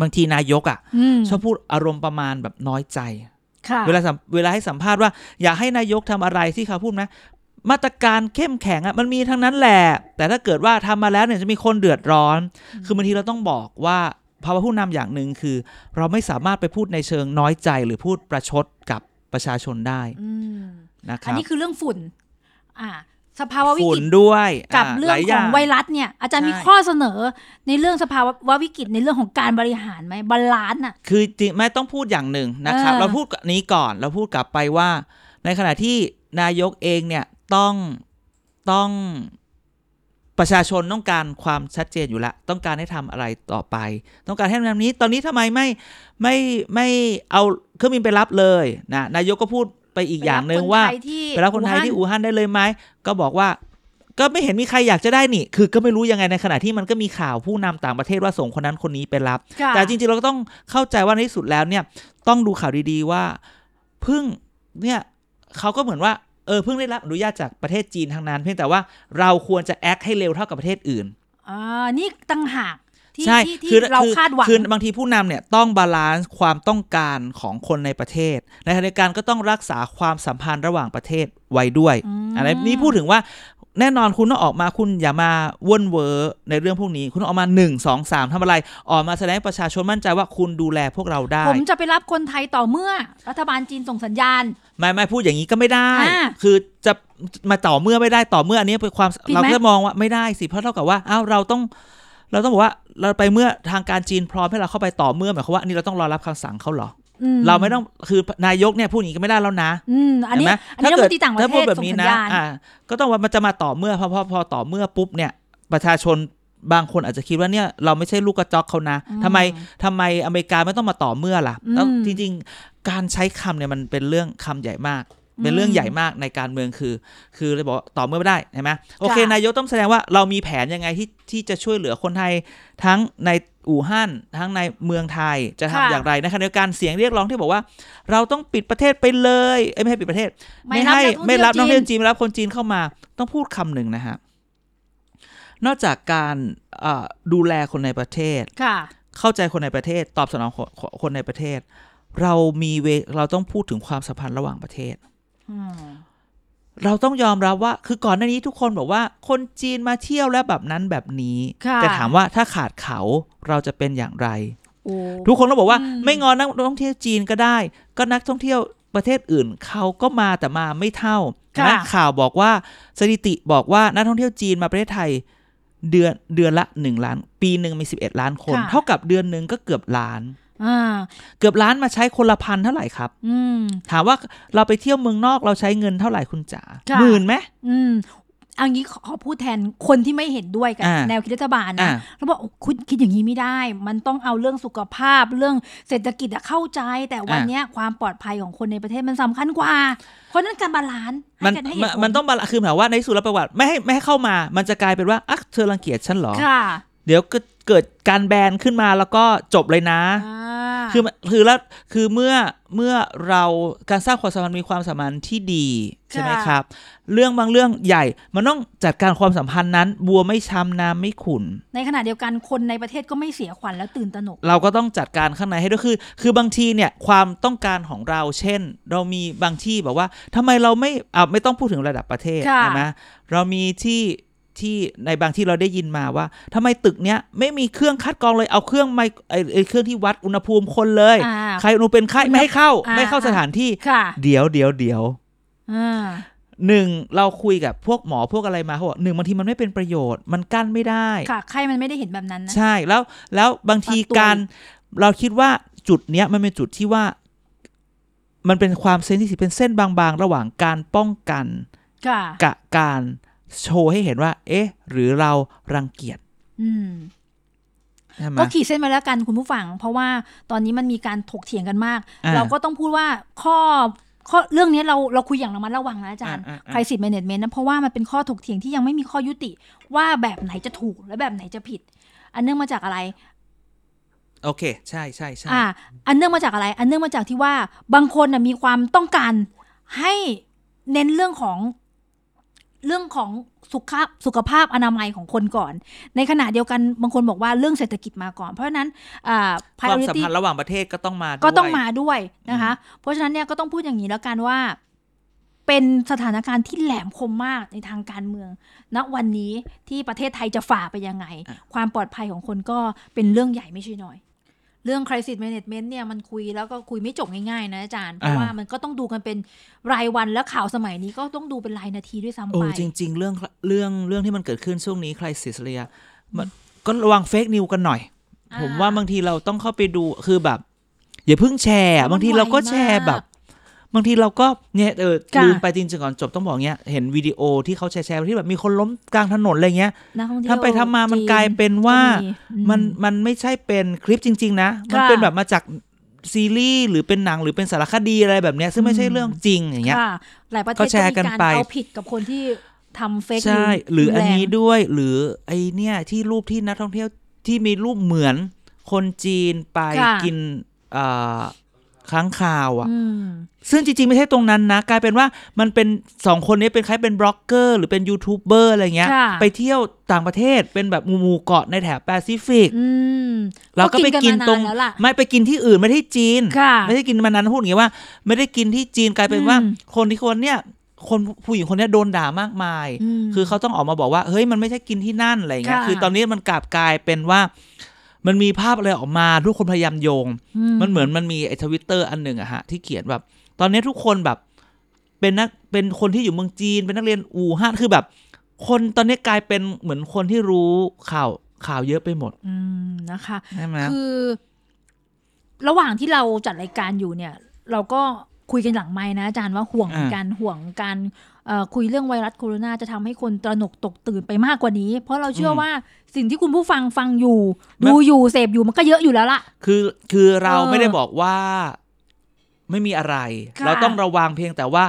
A: บางทีนายกอ่ะ
B: อืม
A: ชอบพูดอารมณ์ประมาณแบบน้อยใจ
B: ค่ะ
A: เวลาสัมเวลาให้สัมภาษณ์ว่า อยากให้นายกทำอะไรที่เขาพูดนะ มาตรการเข้มแข็งอ่ะมันมีทั้งนั้นแหละ แต่ถ้าเกิดว่าทำมาแล้วเนี่ยจะมีคนเดือดร้อน คือบางทีเราต้องบอกว่าภาวะผู้นำอย่างหนึ่งคือ เราไม่สามารถไปพูดในเชิงน้อยใจ หรือพูดประชดกับประชาชนได้
B: อืม
A: นะค
B: อั
A: รั
B: น
A: บ
B: นี้คือเรื่องฝุ่น อ่า สภาวะวิ
A: ฝุ่
B: ก
A: น
B: ฤต
A: ด้วย
B: กับ
A: า
B: เรื่อง
A: หลาย
B: ข
A: ย่า
B: องไวรัสเนี่ย อาจารย์มี
A: ใช่
B: ข้อเสนอในเรื่องสภาวะวิกฤตในเรื่องของการบริหารไหมบาลานซ์อ่ะ
A: คือจริงไม่ต้องพูดอย่างหนึ่งนะครับ
B: เออ
A: เราพูดกับนี้ก่อนเราพูดกลับไปว่า ในขณะที่นายกเองเนี่ยต้องต้องประชาชนต้องการความชัดเจนอยู่ละ ต้องการให้ทำอะไรต่อไป ต้องการให้ทำนี้ ตอนนี้ทำไมไม่ไม่ไม่เอาเครื่องบินไปรับเลยนะนายกก็พูดไปอีกอย่างหนึ่งว่า
B: ไปรับคไทยที่
A: ไปรับคนไทยที่อู่ฮั่นได้เลยไหมก็บอกว่า ก็ไม่เห็นมีใครอยากจะได้นี่ คือก็ไม่รู้ยังไงในขณะที่มันก็มีข่าวผู้นำต่างประเทศว่าส่งคนนั้นคนนี้ไปรับ
B: ค่ะ
A: แต่จริงๆ เราก็ต้องเข้าใจว่าในที่สุดแล้วเนี่ย ต้องดูข่าวดีๆว่าเพิ่งเนี่ยเขาก็เหมือนว่าเออเพิ่งได้รับอนุญาตจากประเทศจีนทางนั้น เพียงแต่ว่าเราควรจะแอคให้เร็วเท่ากับประเทศอื่น
B: อ่านี่ต่างหากที่
A: ใช่
B: ที่ที่เราคาดหวัง
A: คือบางทีผู้นำเนี่ยต้องบาลานซ์ความต้องการของคนในประเทศ ในขณะเดียวกันก็ต้องรักษาความสัมพันธ์ระหว่างประเทศไว้ด้วย
B: อืม
A: อะไรนี่พูดถึงว่าแน่นอนคุณต้องออกมาคุณอย่ามาเว่นเวอในเรื่องพวกนี้ คุณต้องออกมาหนึ่งสองสามทำอะไร ออกมาแสดงให้ประชาชนมั่นใจว่าคุณดูแลพวกเราได้
B: ผมจะไปรับคนไทยต่อเมื่อ รัฐบาลจีนส่งสัญญาณ
A: ไม่ไม่พูดอย่างนี้ก็ไม่ได้
B: อ่า
A: คือจะมาต่อเมื่อไม่ได้ต่อเมื่ออันนี้เป็นความ
B: ผิดไหม
A: เราก็มองว่าไม่ได้สิเพราะเท่ากับว่าอ้าวเราต้อง เราต้องบอกว่าเราไปเมื่อทางการจีนพร้อมให้เราเข้าไปต่อเมื่อหมายความว่าอันนี่เราต้องรอรับคำสั่งเขาเหรอ
B: อื
A: อเราไม่ต้องคือนายกเนี่ยพูดอย่างนี้ก็ไม่ได้แล้วนะ
B: อืมอันนี้
A: เห็ไหม
B: อันนี้
A: ถ้
B: รัฐมนตรีต่างประ
A: ถ้
B: เทศ
A: พูดแบบ
B: ส่ง
A: นี้
B: สัญ
A: นะ
B: ญาณ
A: อ่าก็ต้องว่ามันจะมาต่อเมื่อพอพอพอต่อเมื่อปุ๊บเนี่ย ประชาชนบางคนอาจจะคิดว่าเนี่ยเราไม่ใช่ลูกกระจอกเขานะทำไม
B: อื
A: ทำไมอเมริกาไม่ต้องมาต่อเมื่อล่ะแล้ว
B: อืม
A: จริงๆ การใช้คำเนี่ยมันเป็นเรื่องคำใหญ่มาก
B: อืม
A: เป็นเรื่องใหญ่มากในการเมืองคือ คือเลยบอกว่าต่อเมื่อไม่ได้ใช่ไหมโอเค
B: จ้ะ
A: นายกต้องแสดงว่าเรามีแผนยังไงที่ที่จะช่วยเหลือคนไทยทั้งในอู่ฮั่นทั้งในเมืองไทยจะทำอย่างไรในะคะเดียวกันเสียงเรียกร้องที่บอกว่า เราต้องปิดประเทศไปเลยเอ้ยไม่ให้ปิดประเทศ
B: ไม่
A: ไม่
B: รับ
A: ให้ไม่รับนัก
B: นักท่องเที่ยว
A: ท่องเที่ยว
B: จีน
A: จีนไม่รับคนจีนเข้ามา ต้องพูดคำหนึ่งนะฮะนอกจากการเอ่อดูแลคนในประเทศ
B: ค่ะ
A: เข้าใจคนในประเทศตอบสนองคนคนในประเทศ เรามีเวเราต้องพูดถึงความสัมพันธ์ระหว่างประเทศ
B: อืม
A: เราต้องยอมรับว่าคือก่อนหน้านี้ทุกคนบอกว่าคนจีนมาเที่ยวแล้วแบบนั้นแบบนี้
B: ค่ะ
A: แต่ถามว่าถ้าขาดเขาเราจะเป็นอย่างไร
B: โอ้
A: ทุกคนก็บอกว่า
B: อืม
A: ไม่งอนนักท่องเที่ยวจีนก็ได้ ก็นักท่องเที่ยวประเทศอื่นเขาก็มาแต่มาไม่เท่า
B: ค่ะ
A: นะข่าวบอกว่าสถิติบอกว่านักท่องเที่ยวจีนมาประเทศไทย เดือนเดือนละหนึ่งล้าน ปีหนึ่งมีสิบเอ็ดล้านคน เท่ากับเดือนหนึ่งก็เกือบล้าน
B: อ่า
A: เกือบล้านมาใช้คนละพันเท่าไหร่ครับ
B: อืม
A: ถามว่าเราไปเที่ยวเมืองนอกเราใช้เงินเท่าไหร่คุณจ๋า
B: ค่ะ
A: หมื่นไหม
B: อืมเอันนี้ขอขอพูดแทนคนที่ไม่เห็นด้วยกับ
A: อ่า
B: แนวคิดรัฐบาลนะ
A: อ่า
B: เขาบอกคุณคิดอย่างนี้ไม่ได้ มันต้องเอาเรื่องสุขภาพเรื่องเศรษฐกิจอะเข้าใจ แต่วันเนี้ยความปลอดภัยของคนในประเทศมันสำคัญกว่า เพราะนั้นการบาลานซ์ให้
A: มัน
B: กัให้
A: มัน
B: เหตุผล
A: มันต้องบาลานซ์คือหมายว่าในที่สุดแล้วประวัติไม่ให้ไม่ให้เข้ามา มันจะกลายเป็นว่าอักเธอรังเกียจฉันเหรอ
B: ค่ะ
A: เดี๋ยวก็เกิดการแบนขึ้นมาแล้วก็จบเลยนะ
B: อ่า
A: คือมันคือแล้วคือเมื่อเมื่อเราการสร้างความสัมพันธ์มีความสัมพันธ์ที่ดีใช่ไหม
B: ค่ะ
A: ครับ เรื่องบางเรื่องใหญ่มันต้องจัดการความสัมพันธ์นั้น บัวไม่ช้ำน้ำไม่ขุ่น
B: ในขณะเดียวกันคนในประเทศก็ไม่เสียขวัญแล้วตื่นตระหนก
A: เราก็ต้องจัดการข้างในให้ด้วยคือ คือบางทีเนี่ยความต้องการของเราเช่น เรามีบางที่แบบว่าทำไมเราไม่อ่ะไม่ต้องพูดถึงระดับประเทศ
B: ค่ะ
A: ใช่ไหมเรามีที่ที่ในบางที่เราได้ยินมาว่าทำไมตึกเนี้ยไม่มีเครื่องคัดกรองเลยเอาเครื่องไมไอ้ไอ้เครื่องที่วัดอุณหภูมิคนเลย
B: อ่า
A: ใครอุณหภูมิเป็นไข้ไม่ให้เข้า
B: อ่า
A: ไม่เข้าสถานที่
B: ค่ะ
A: เดี๋ยวเดี๋ยวเดี๋ยว
B: อ่า
A: หนึ่งเราคุยกับพวกหมอพวกอะไรมาเขาบอกหนึ่งบางทีมันไม่เป็นประโยชน์มันกั้นไม่ได้
B: ค่ะใครมันไม่ได้เห็นแบบนั้นนะ
A: ใช่แล้วแล้วบางที
B: ปรับตัว
A: การเราคิดว่าจุดเนี้ยมันเป็นจุดที่ว่า มันเป็นความเซนซิทีฟเป็นเส้นบางๆ ระหว่างการป้องกัน
B: ค่ะ
A: กับการโชว์ให้เห็นว่า เอ๊ะ หรือเรารังเกียจ
B: อืม
A: ใช่ไหม
B: ก็ขีดเส้นไว้แล้วกันคุณผู้ฟัง เพราะว่าตอนนี้มันมีการถกเถียงกันมาก
A: อ่า
B: เราก็ต้องพูดว่าข้อข้อเรื่องนี้เราเราคุยอย่างระมัดระวังนะอาจารย์
A: อ่าอ่าอ่า
B: ใครสิทธิ์แมเนจเมนต์นะเพราะว่ามันเป็นข้อถกเถียงที่ยังไม่มีข้อยุติ ว่าแบบไหนจะถูกและแบบไหนจะผิด อันเนื่องมาจากอะไร
A: โอเค ใช่ใช่ใช่
B: อ่า อันเนื่องมาจากอะไร อันเนื่องมาจากที่ว่าบางคนน่ะมีความต้องการให้เน้นเรื่องของเรื่องของสุขภาพสุขภาพอนามัยของคนก่อน ในขณะเดียวกันบางคนบอกว่าเรื่องเศรษฐกิจมาก่อน เพราะฉะนั้นอ่า
A: ความสัม
B: priority
A: พันธ์ระหว่างประเทศก็ต้องมาด้วย
B: ก็ต้องมาด้วยนะคะ เพราะฉะนั้นเนี่ยก็ต้องพูดอย่างนี้แล้วกันว่า เป็นสถานการณ์ที่แหลมคมมากในทางการเมืองณวันนี้ที่ประเทศไทยจะฝ่าไปยังไง
A: อ่ะ
B: ความปลอดภัยของคนก็เป็นเรื่องใหญ่ไม่ใช่น้อย เรื่อง crisis management เนี่ยมันคุยแล้วก็คุยไม่จบง่ายๆนะอาจารย์ เพราะว่ามันก็ต้องดูกันเป็นรายวันแล้วข่าวสมัยนี้ก็ต้องดูเป็นรายนาทีด้วยซ้ำ
A: โอ้
B: ไป
A: จริง ๆ เรื่องเรื่องเรื่องที่มันเกิดขึ้นช่วงนี้ใครเสียเรียมันก็ระวังเฟกนิวกันหน่อย
B: อ่า
A: ผมว่าบางทีเราต้องเข้าไปดูคือแบบ อย่าเพิ่งแชร์ บางทีเราก็แชร์แบบ บางทีเราก็เนี่ยเออ
B: ค่ะ
A: ลืมไปจริงๆก่อนจบต้องบอกเงี้ยเห็นวิดีโอที่เขาแชร์แชร์ที่แบบมีคนล้มกลางถนนอะไรเงี้ย
B: นักท่องเที่ยว
A: ทำไปทำมามัน
B: จี
A: กลายเป็นว่า
B: ก็อื
A: มันมันไม่ใช่เป็นคลิปจริง ๆ นะ มัน
B: ค่ะ
A: เป็นแบบมาจากซีรีส์หรือเป็นหนังหรือเป็นสารคดีอะไรแบบเนี้ยซึ่งไม่ใช่เรื่องจริงอย่างเงี้ย
B: ค่ะหลายประเทศ
A: ก็แชร์กัน
B: มีาร
A: ไป
B: เอาผิดกับคนที่ ทำเฟก
A: ใช่ หรืออันนี้ด้วยหรือไอเนี่ยที่รูปที่นักท่องเที่ยวที่มีรูปเหมือนคนจีนไปกินเอ่อค้างคาวอ่ะ ซึ่งจริงๆ ไม่ใช่ตรงนั้นนะ กลายเป็นว่ามันเป็นสองคนนี้เป็นคล้ายเป็นบล็อกเกอร์หรือเป็นยูทูบเบอร์อะไรเงี้ย
B: ค่ะ
A: ไปเที่ยวต่างประเทศเป็นแบบหมู่ๆเกาะในแถบแปซิฟิก
B: อืม
A: เราก็ไปกินตรง
B: มาาแล้วล่ะ
A: ไม่ไปกินที่อื่นไม่ที่จีน
B: ค่ะ
A: ไม่ได้กินมานานพูดอย่างงี้ว่า ไม่ได้กินที่จีนกลายเป็นว่า
B: อืม
A: คนที่คนเนี่ยคนผู้หญิงคนเนี้ยโดนด่ามากมาย
B: ม
A: คือเขาต้องออกมาบอกว่า เฮ้ยมันไม่ใช่กินที่นั่นอะไรเงี้ย
B: ค่ะ
A: คือตอนนี้มันกลับกลายเป็นว่า มันมีภาพอะไรออกมาทุกคนพยายามโยง มันเหมือนมันมีไอ้ทวิตเตอร์อันหนึ่งอะฮะที่เขียนแบบ ตอนนี้ทุกคนแบบ เป็นนักเป็นคนที่อยู่เมืองจีน เป็นนักเรียนอู่ฮั่นคือแบบ คนตอนนี้กลายเป็นเหมือนคนที่รู้ข่าวข่าวเยอะไปหมด
B: อืมนะคะ
A: ใช่ไหม
B: คือ ระหว่างที่เราจัดรายการอยู่เนี่ย เราก็คุยกันหลังไม้นะอาจารย์ว่าห่วงเหมือนกันห่วงการเอ่อคุยเรื่องไวรัสโคโรนาจะทำให้คนตระหนกตกตื่นไปมากกว่านี้ เพราะเราเชื่อว่าสิ่งที่คุณผู้ฟังฟังอยู่ ดูอยู่เสพอยู่มันก็เยอะอยู่แล้วล่ะ
A: คือคือเรา
B: เออ
A: ไม่ได้บอกว่าไม่มีอะไร
B: ค่ะ
A: เราต้องระวังเพียงแต่ว่า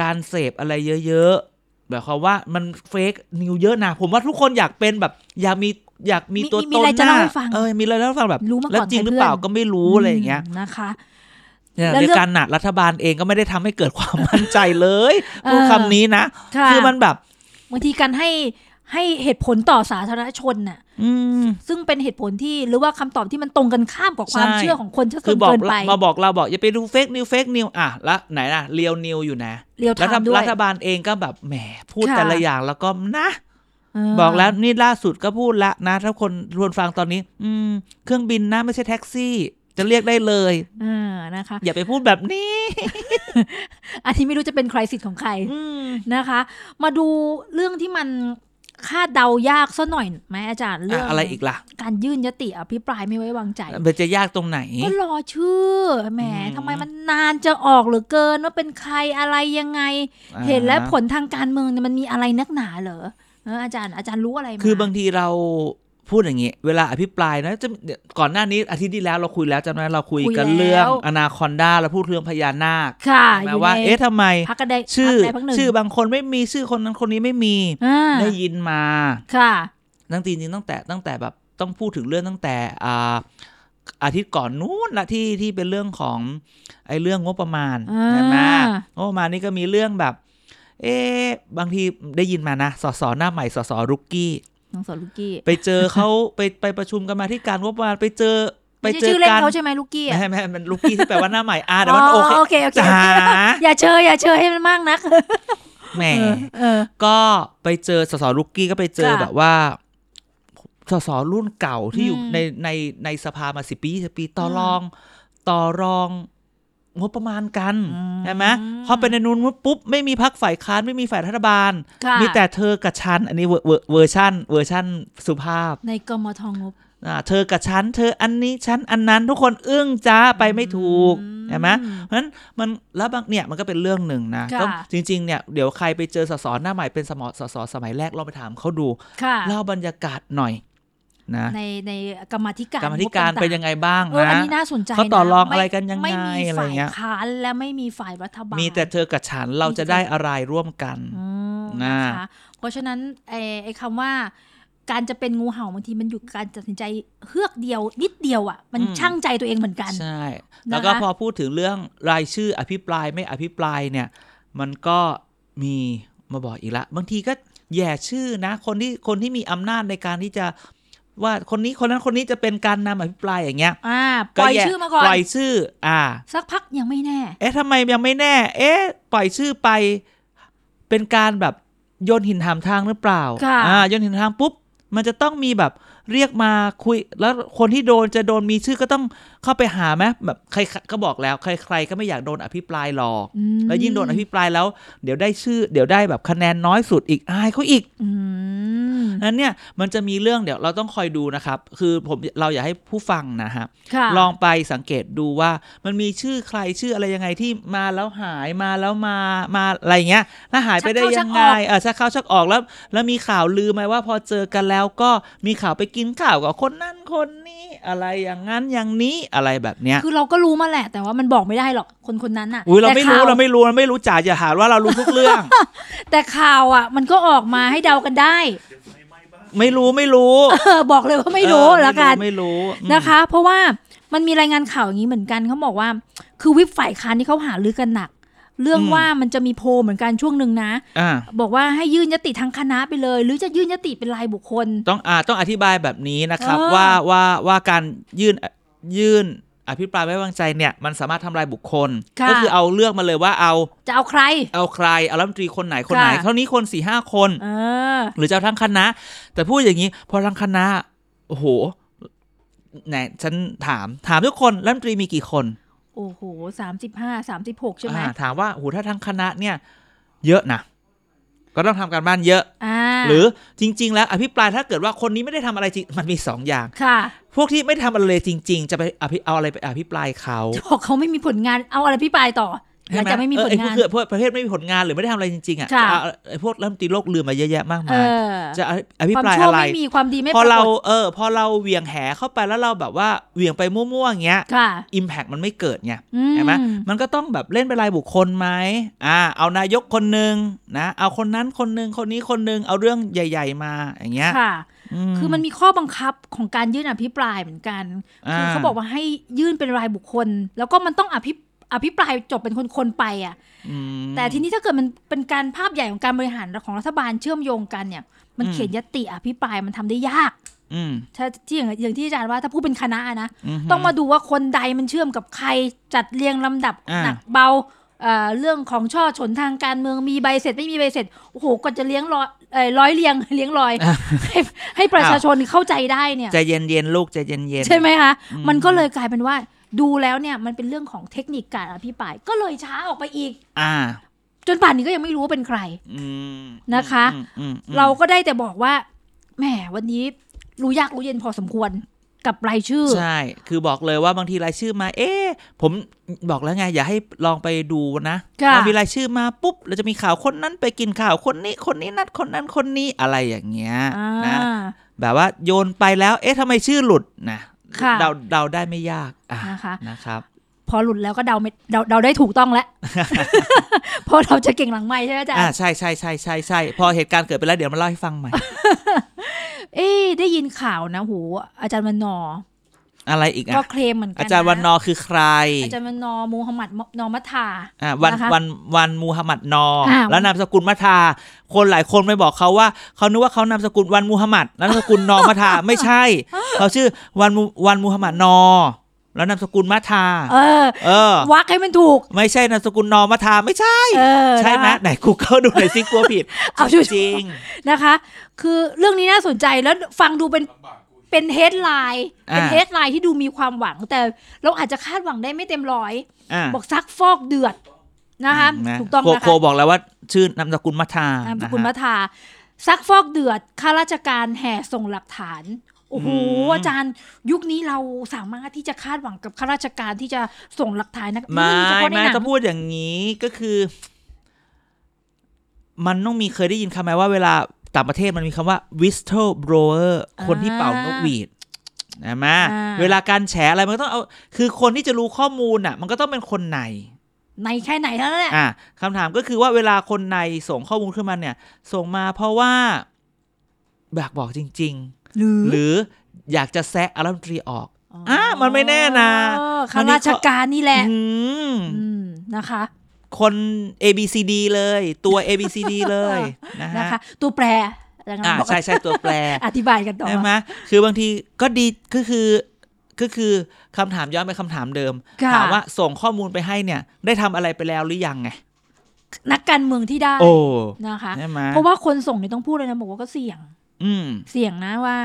A: การเสพอะไรเยอะๆแบบความว่ามันเฟกนิวเยอะนะผมว่าทุกคนอยากเป็นแบบ อยากมีอยากมีตัวต
B: อะไร
A: น
B: จะ
A: หน้า
B: เล่าให้ฟัง
A: เออมีอะไรเล่าให้ฟังแบบ
B: รู้มาก่อน
A: แล้วจริงหรือ
B: ใค
A: เปล่า
B: พื่น
A: ก็ไม่รู้อะไรอย่างเงี้ย
B: มนะคะ
A: เนี่ย
B: แล้ว
A: ใน
B: เรื่อง
A: การหนัดรัฐบาลเองก็ไม่ได้ทำให้เกิดความ มั่นใจเลย
B: เออ
A: พูดคำนี้นะ
B: ค่ะ
A: คือมันแบบ
B: บางทีการให้ให้เหตุผลต่อสาธารณชนน่ะ
A: อืม
B: ซึ่งเป็นเหตุผลที่หรือว่าคำตอบที่มันตรงกันข้ามกับความ
A: ใช่
B: เชื่อของคนจะ
A: คือบอก
B: เกินไป
A: มาบอกเราบอกอย่าไปดูเฟกนิวเฟกนิวอ่ะและไหนล่ะเรียวนิวอยู่นะ
B: เรียว
A: รัฐ
B: ทำด้วย
A: รัฐบาลเองก็แบบแหมพูด
B: ค่ะ
A: แต่ละอย่างแล้วก็นะ
B: เ
A: บอกแล้วนี่ล่าสุดก็พูดละนะ ถ้าคนรวนฟังตอนนี้ อืม เครื่องบินนะไม่ใช่แท็กซี่ จะเรียกได้เลย
B: อ่านะคะ
A: อย่าไปพูดแบบนี้
B: อันนี้ไม่รู้จะเป็นใครสิทธิ์ของใคร
A: อืม
B: นะคะ มาดูเรื่องที่มันคาดเดายากซะหน่อยไหมอาจารย์เรื่
A: อ่ะ
B: อง
A: อะไรอีกล่ะ
B: การยื่นยติอภิปรายไม่ไว้วางใจ
A: มันจะยากตรงไหน
B: ก็รอชื่อแหม
A: อืม
B: ทำไมมันนานจะออกเหลือเกินว่าเป็นใครอะไรยังไง เห็นแล้ว
A: อ่า
B: ผลทางการเมืองเนี่ยมันมีอะไรนักหนาเหรอเอออาจารย์อาจารย์รู้อะไรม
A: คือบางทีเราพูดอย่างนี้ เวลาอภิปรายนะจะเดี๋ยวก่อนหน้านี้อาทิตย์ที่แล้วเราคุยแล้วจำได้เราคุยกันเรื่องอนาคอนดาเราพูดเรื่องพญานาค
B: ค่ะ
A: ใช่ไห
B: อ
A: ม
B: ยู่
A: ว่า
B: ใน
A: เอ๊ะทำไม
B: พักกันได้
A: ชื่อ
B: พรรคใดพรรคหนึ่ง
A: ชื่อบางคนไม่มีชื่อคนนั้นคนนี้ไม่มี
B: อ่า
A: ได้ยินมา
B: ค่ะ
A: ตั้งแต่จริงๆตั้งแต่ตั้งแต่แบบต้องพูดถึงเรื่องตั้งแต่อ่าอาทิตย์ก่อนนู้นละที่ที่เป็นเรื่องของไอ้เรื่องงบประมาณ
B: อ่า
A: ใช่ไหมงบประมาณนี่ก็มีเรื่องแบบ เอ๊ะบางทีได้ยินมานะสสหน้าใหม่สสรุกกี้
B: น้องสอนลูกกี้
A: ไปเจอเขา ไปไปประชุมกันมาที่การงบประมาณไปเจอไป
B: ไม่
A: เจอ
B: ใช่ชื่อเล่น
A: กัน
B: เขาใช่ไหมลูกกี้อะ
A: ไม่ไม่มันลูกกี้ที่แปลว่าหน้าใหม่อ่าแต่ว่าโอเค
B: โอเคโอเค
A: จ๋า
B: อย่าเชยอย่าเชยให้มันมากนัก
A: แหม
B: เออเออ
A: ก็ไปเจอสสลูกกี้ก็ไปเจอ
B: ค่ะ
A: แบบว่าสสรุ่นเก่าที่อยู่
B: อืม
A: ในในในสภามาสิบปียี่สิบปีต่ออ
B: ม
A: รองต่อรองงบประมาณกัน
B: อืม
A: ใช่ไหมพอเป็นในนู้นปุ๊บไม่มีพักฝ่ายค้านไม่มีฝ่ายรัฐบาล
B: ค่ะ
A: มีแต่เธอกับฉันอันนี้เวอร์เวอร์เวอร์ชันเวอร์ชันสุภาพ
B: ในกมทงบ
A: อ่าเธอกับฉัน เธออันนี้ฉันอันนั้นทุกคนอึ้งจ้าไปไม่ถูก
B: อืม
A: ใช่ไหมเพราะฉะนั้นมันแล้วบางเนี่ยมันก็เป็นเรื่องหนึ่งนะ
B: ค่ะ
A: ก็จริงๆเนี่ยเดี๋ยวใครไปเจอสสหน้าใหม่เป็นสมสสสมัยแรกลองไปถามเขาดู
B: ค่ะ
A: เล่าบรรยากาศหน่อยนะ
B: ในในกรรมาธิการ
A: กรรมธิการเป็นยังไงบ้าง
B: เออ
A: นะ
B: อันนี้น่าสนใจนะ
A: เขาต่อรองอะไรกันยังไง
B: ม่มี
A: อะไร
B: ฝ่าย
A: เงี้ย
B: ค้านและไม่มีฝ่ายรัฐบาล
A: มีแต่เธอกับฉันเราจะได้อะไรร่วมกัน
B: อืม
A: นะ
B: นะคะเพราะฉะนั้นไอ้ไอ้คำว่า การจะเป็นงูเห่าบางทีมันอยู่กับการตัดสินใจเฮือกเดียว นิดเดียวอ่ะ มันช่างใจตัวเองเหมือนกัน
A: ใช่
B: นะคะ
A: แล้วก็พอพูดถึงเรื่องรายชื่ออภิปรายไม่อภิปรายเนี่ย มันก็มีมาบอกอีกละ บางทีก็แย่ชื่อนะ คนที่คนที่มีอำนาจในการที่จะว่าคนนี้คนนั้นคนนี้จะเป็นการนำอภิปรายอย่างเงี้ย
B: อ่าปล่อย
A: แ
B: ชื่อมาก่อน
A: ปล่อยชื่อ อ่า
B: สักพักยังไม่แน่
A: เอ๊ะทำไมยังไม่แน่ เอ๊ะปล่อยชื่อไป เป็นการแบบโยนหินถามทางหรือเปล่า
B: ค่ะ
A: อ่าโยนหินถามทางปุ๊บ มันจะต้องมีแบบเรียกมาคุย แล้วคนที่โดนจะโดนมีชื่อก็ต้องเข้าไปหาไหมแบบใครก็บอกแล้วใคร ๆ ก็ไม่อยากโดนอภิปรายหรอก
B: อืม
A: แล้วยิ่งโดนอภิปรายแล้ว เดี๋ยวได้ชื่อ เดี๋ยวได้แบบคะแนนน้อยสุดอีกอายเขาอีก
B: อืม
A: นั้นเนี่ยมันจะมีเรื่องเดี๋ยวเราต้องคอยดูนะครับ คือผมเราอยากให้ผู้ฟังนะฮะ
B: ค่ะ
A: ลองไปสังเกตดูว่ามันมีชื่อใครชื่ออะไรยังไงที่มาแล้วหายมาแล้วมามาอะไรอย่างเงี้ยแล้วหายไปได้ยังไงเออชักเข้าชักออกแล้ว แล้วมีข่าวลือไหมว่าพอเจอกันแล้วก็มีข่าวไปกินข่าวกับคนนั้นคนนี้อะไรอย่างนั้นอย่างนี้อะไรแบบเนี้ย
B: คือเราก็รู้มาแหละ แต่ว่ามันบอกไม่ได้หรอกคนคนนั้นอ่ะ
A: อุ้ยเราไม่รู้
B: แต่ข่ว
A: เราไม่รู้เราไม่รู้จ๋าอย่าหาว่าเรารู้ทุกเรื่อง
B: แต่ข่าวอ่ะ มันก็ออกมาให้เดากันได้
A: ไม่รู้ไม่รู้
B: เออบอกเลยว่าไม่รู้
A: เออ
B: แล้วกัน
A: ไม่รู้ไม่รู้อืม
B: นะคะ เพราะว่ามันมีรายงานข่าวอย่างนี้เหมือนกันเขาบอกว่า คือวิปฝ่ายค้านที่เขาหารือกันหนัก เรื่องว่ามันจะมีโพลเหมือนกันช่วงหนึ่งนะ
A: อ่า
B: บอกว่าให้ยื่นยติทางคณะไปเลย หรือจะยื่นยติเป็นรายบุคคล
A: ต้องอ่าต้องอธิบายแบบนี้นะครับ
B: เออ
A: ว่าว่าว่าการยื่นยื่นอภิปรายไม่ไว้วางใจเนี่ย มันสามารถทำลายบุคคล
B: ค่ะ
A: ก็คือเอาเลือกมาเลยว่าเอา
B: จะเอาใคร
A: เอาใครเอารัฐมนตรีคนไหนคนไหน
B: ค่ะ
A: เท่านี้คนสี่ห้าคน
B: เออ
A: หรือจะเอาทั้งคณะ แต่พูดอย่างนี้ พอทั้งคณะโอ้โหไหนฉันถามถามทุกคนรัฐมนตรีมีกี่คน
B: โอ้โหสามสิบห้าสามสิบหกใช่ไหม
A: อ่าถามว่าโอ้โหถ้าทั้งคณะเนี่ย เยอะนะก็ต้องทำการบ้านเยอะ
B: อ่า
A: หรือจริง ๆ แล้วอภิปรายถ้าเกิดว่าคนนี้ไม่ได้ทำอะไรจริงมันมีสองอย่าง
B: ค่ะ
A: พวกที่ไม่ทำอะไรเลยจริง ๆ จะไปอภิเอาอะไรไปอภิปรายเขา
B: จะบอกเขาไม่มีผลงานเอาอะไรพี่ปลายต่อหลังจากไม่มี
A: เออ
B: ผล
A: ไอ้พว
B: งากน
A: เกิดพวกประเภทไม่มีผลงานหรือไม่ได้ทำอะไรจริงๆอ่ะ
B: ค่ะ
A: จะเอาไอ้พวกรัฐมนตรีโลกลืมมาเยอะแยะมาก
B: เอ
A: มาย
B: อ
A: จะอภิ
B: ความ
A: ปราย
B: ชั่ว
A: อะไร
B: ไม่มีความดีไม่
A: พอ
B: ป
A: เรา
B: กฏ
A: เออ พอเราเหวี่ยงแหเข้าไปแล้วเราแบบว่าเหวี่ยงไปมั่วๆอย่างเงี้ย
B: ค่ะ
A: อิมแพกมันไม่เกิดไง
B: อื
A: ใช่ไหมมันก็ต้องแบบเล่นเป็นรายบุคคลไหมอ่า เอานายกคนหนึ่งนะเอาคนนั้นคนหนึ่งคนนี้คนหนึ่งเอาเรื่องใหญ่ ๆ มาอย่างเงี้ย
B: ค่ะ
A: ม
B: คือมันมีข้อบังคับของการยื่นอภิปรายเหมือนกัน คือเขาบอกว่าให้ยื่นเป็นรายบุคคล แล้วก็มันต้องอภิอภิปรายจบเป็นคนๆไปอ่ะ
A: อืม
B: แต่ทีนี้ถ้าเกิดมันเป็นการภาพใหญ่ของการบริหารของรัฐบาลเชื่อมโยงกันเนี่ย มัน
A: อืม
B: เขียนยติอภิปรายมันทำได้ยาก
A: อืม
B: ถ้าที่อย่างอย่างที่อาจารย์ว่าถ้าผู้เป็นคณะอะนะ
A: ฮึ
B: ต้องมาดูว่าคนใดมันเชื่อมกับใครจัดเรียงลำดับ
A: อ่า
B: หนักเบาเอ่อเรื่องของช่อฉนทางการเมืองมีใบเสร็จไม่มีใบเสร็จโอ้โหก็จะเลี้ยงร้อยเอ่อร้อยเรียง เลี้ยงร้อยให้ให้ประชาชนเข้าใจได้เนี่ย
A: ใจเย็นๆลูกใจเย็นๆ
B: ใช่ไหมคะ
A: อืม
B: มันก็เลยกลายเป็นว่า ดูแล้วเนี่ยมันเป็นเรื่องของเทคนิคการอภิปรายก็เลยช้าออกไปอีก
A: อ่า
B: จนป่านนี้ก็ยังไม่รู้ว่าเป็นใคร
A: อืม
B: นะคะ
A: อืมอืมอืม
B: เราก็ได้แต่บอกว่าแหมวันนี้รู้ยากรู้เย็นพอสมควรกับรายชื่อ
A: ใช่ คือบอกเลยว่าบางทีรายชื่อมา เอ๊ะผมบอกแล้วไง อย่าให้ลองไปดูนะ
B: ค่ะ
A: พอมีรายชื่อมาปุ๊บ เราจะมีข่าวคนนั้นไปกินข่าวคนนี้ คนนี้นัดคนนั้นคนนี้อะไรอย่างเงี้ย
B: อ่า
A: นะแบบว่าโยนไปแล้ว เอ๊ะทำไมชื่อหลุดนะ
B: ค่ะ
A: เดาเดาได้ไม่ยากอ่ะ
B: นะคะ
A: นะครับ
B: พอหลุดแล้วก็เดาไม่เดาเดาได้ถูกต้อง แล้ว เพราะเราจะเก่งหลังไม่ใช่ไหมอาจ๊ะ
A: อ่าใช่ใช่ใช่ใช่ใช่พอเหตุการณ์เกิดไปแล้วเดี๋ยวมาเล่าให้ฟังใหม่
B: เอ้ยได้ยินข่าวนะโหอาจารย์วันนอร์
A: อะไรอีก
B: ก็
A: อ่ะ
B: เคลมเหมือนกันะ
A: อาจารย์วันนอร์คือใคร
B: อาจารย์วันนอร์มูฮัมหมัดนอมัทธา
A: อ่ะวัน
B: นะคะ
A: วันวันมูฮัมหมัดนอร์
B: อ่า
A: แล้วนามสกุลมัทา คนหลายคนไปบอกเขาว่าเขานึกว่าเขานามสกุลวันมูฮัมหมัดแล้วนามสกุลนอร์ มัทา ไม่ใช่เขาชื่อวันมูวันมูฮัมหมัดนอร์แล้วนามสกุลมัทา
B: เออ
A: เออ
B: วักให้มันถูก
A: ไม่ใช่นามสกุลนอร์มัทาไม่ใช่
B: เออ
A: ใช่ไหม
B: นะคะ
A: ไหนกูเกิลดูหน่อยสิกลัวผิด
B: เอา
A: จ
B: ชัวร์
A: ริง
B: นะคะ คือเรื่องนี้น่าสนใจแล้วฟังดูเป็นเป็นเฮดไลน์
A: า
B: เป็นเฮดไลน์ที่ดูมีความหวัง แต่เราอาจจะคาดหวังได้ไม่เต็มร้อย
A: ๆอ่ะ
B: บอกซักฟอกเดือดนะคะ
A: นะ
B: ถูกต้อง
A: โค
B: นะคะ
A: โคบอกแล้วว่าชื่อนามสกุลมัทาน
B: ามส
A: นะ
B: กุลมั
A: ฮะ
B: ทาซักฟอกเดือดข้าราชการแห่ส่งหลักฐานโอ้โห
A: อืม
B: อาจารย์ยุคนี้เราสามารถที่จะคาดหวังกับข้าราชการที่จะส่งหลักฐานนะ
A: ไม่
B: เฉพาะใน
A: ไม่
B: หนัง
A: ถ้าพูดอย่างนี้ก็คือ มันต้องมีเคยได้ยินคำไหมว่าเวลาต่างประเทศมันมีคำว่า whistle blower คนที่เป่านกหวีดนะมาเวลาการแฉอะไรมันก็ต้องเอา คือคนที่จะรู้ข้อมูลอ่ะ มันก็ต้องเป็นคนใน
B: ในแค่ไหนเท่านั้นแหละ
A: อ่ะคำถามก็คือว่าเวลาคนในส่งข้อมูลขึ้นมาเนี่ย ส่งมาเพราะว่าอยากบอกจริง
B: หรือ
A: ๆ หรืออยากจะแซะอารัมตรีออก อ่ะมันไม่แน่นะ
B: เออข้าราชการนี่แหละ
A: อืม
B: อืมนะคะ
A: คน A B C D เลยตัว A B C D เลยนะฮะ
B: นะคะตัวแปรแล้วงั้น
A: อ่า
B: บอก
A: ใช่ใช่ตัวแปร
B: อธิบายกันต่อ
A: ใช่ไหมคือบางทีก็ดีก็คือก็คือคำถามย้อนไปคำถามเดิม
B: ค่ะ
A: ถามว่าส่งข้อมูลไปให้เนี่ย ได้ทำอะไรไปแล้วหรือยังไง
B: นักการเมืองที่ได้
A: โอ้
B: นะคะ
A: ใช่ไหม
B: เพราะว่าคนส่งเนี่ยต้องพูดเลยนะบอกว่าก็เสี่ยง
A: อืม
B: เสี่ยงนะว่า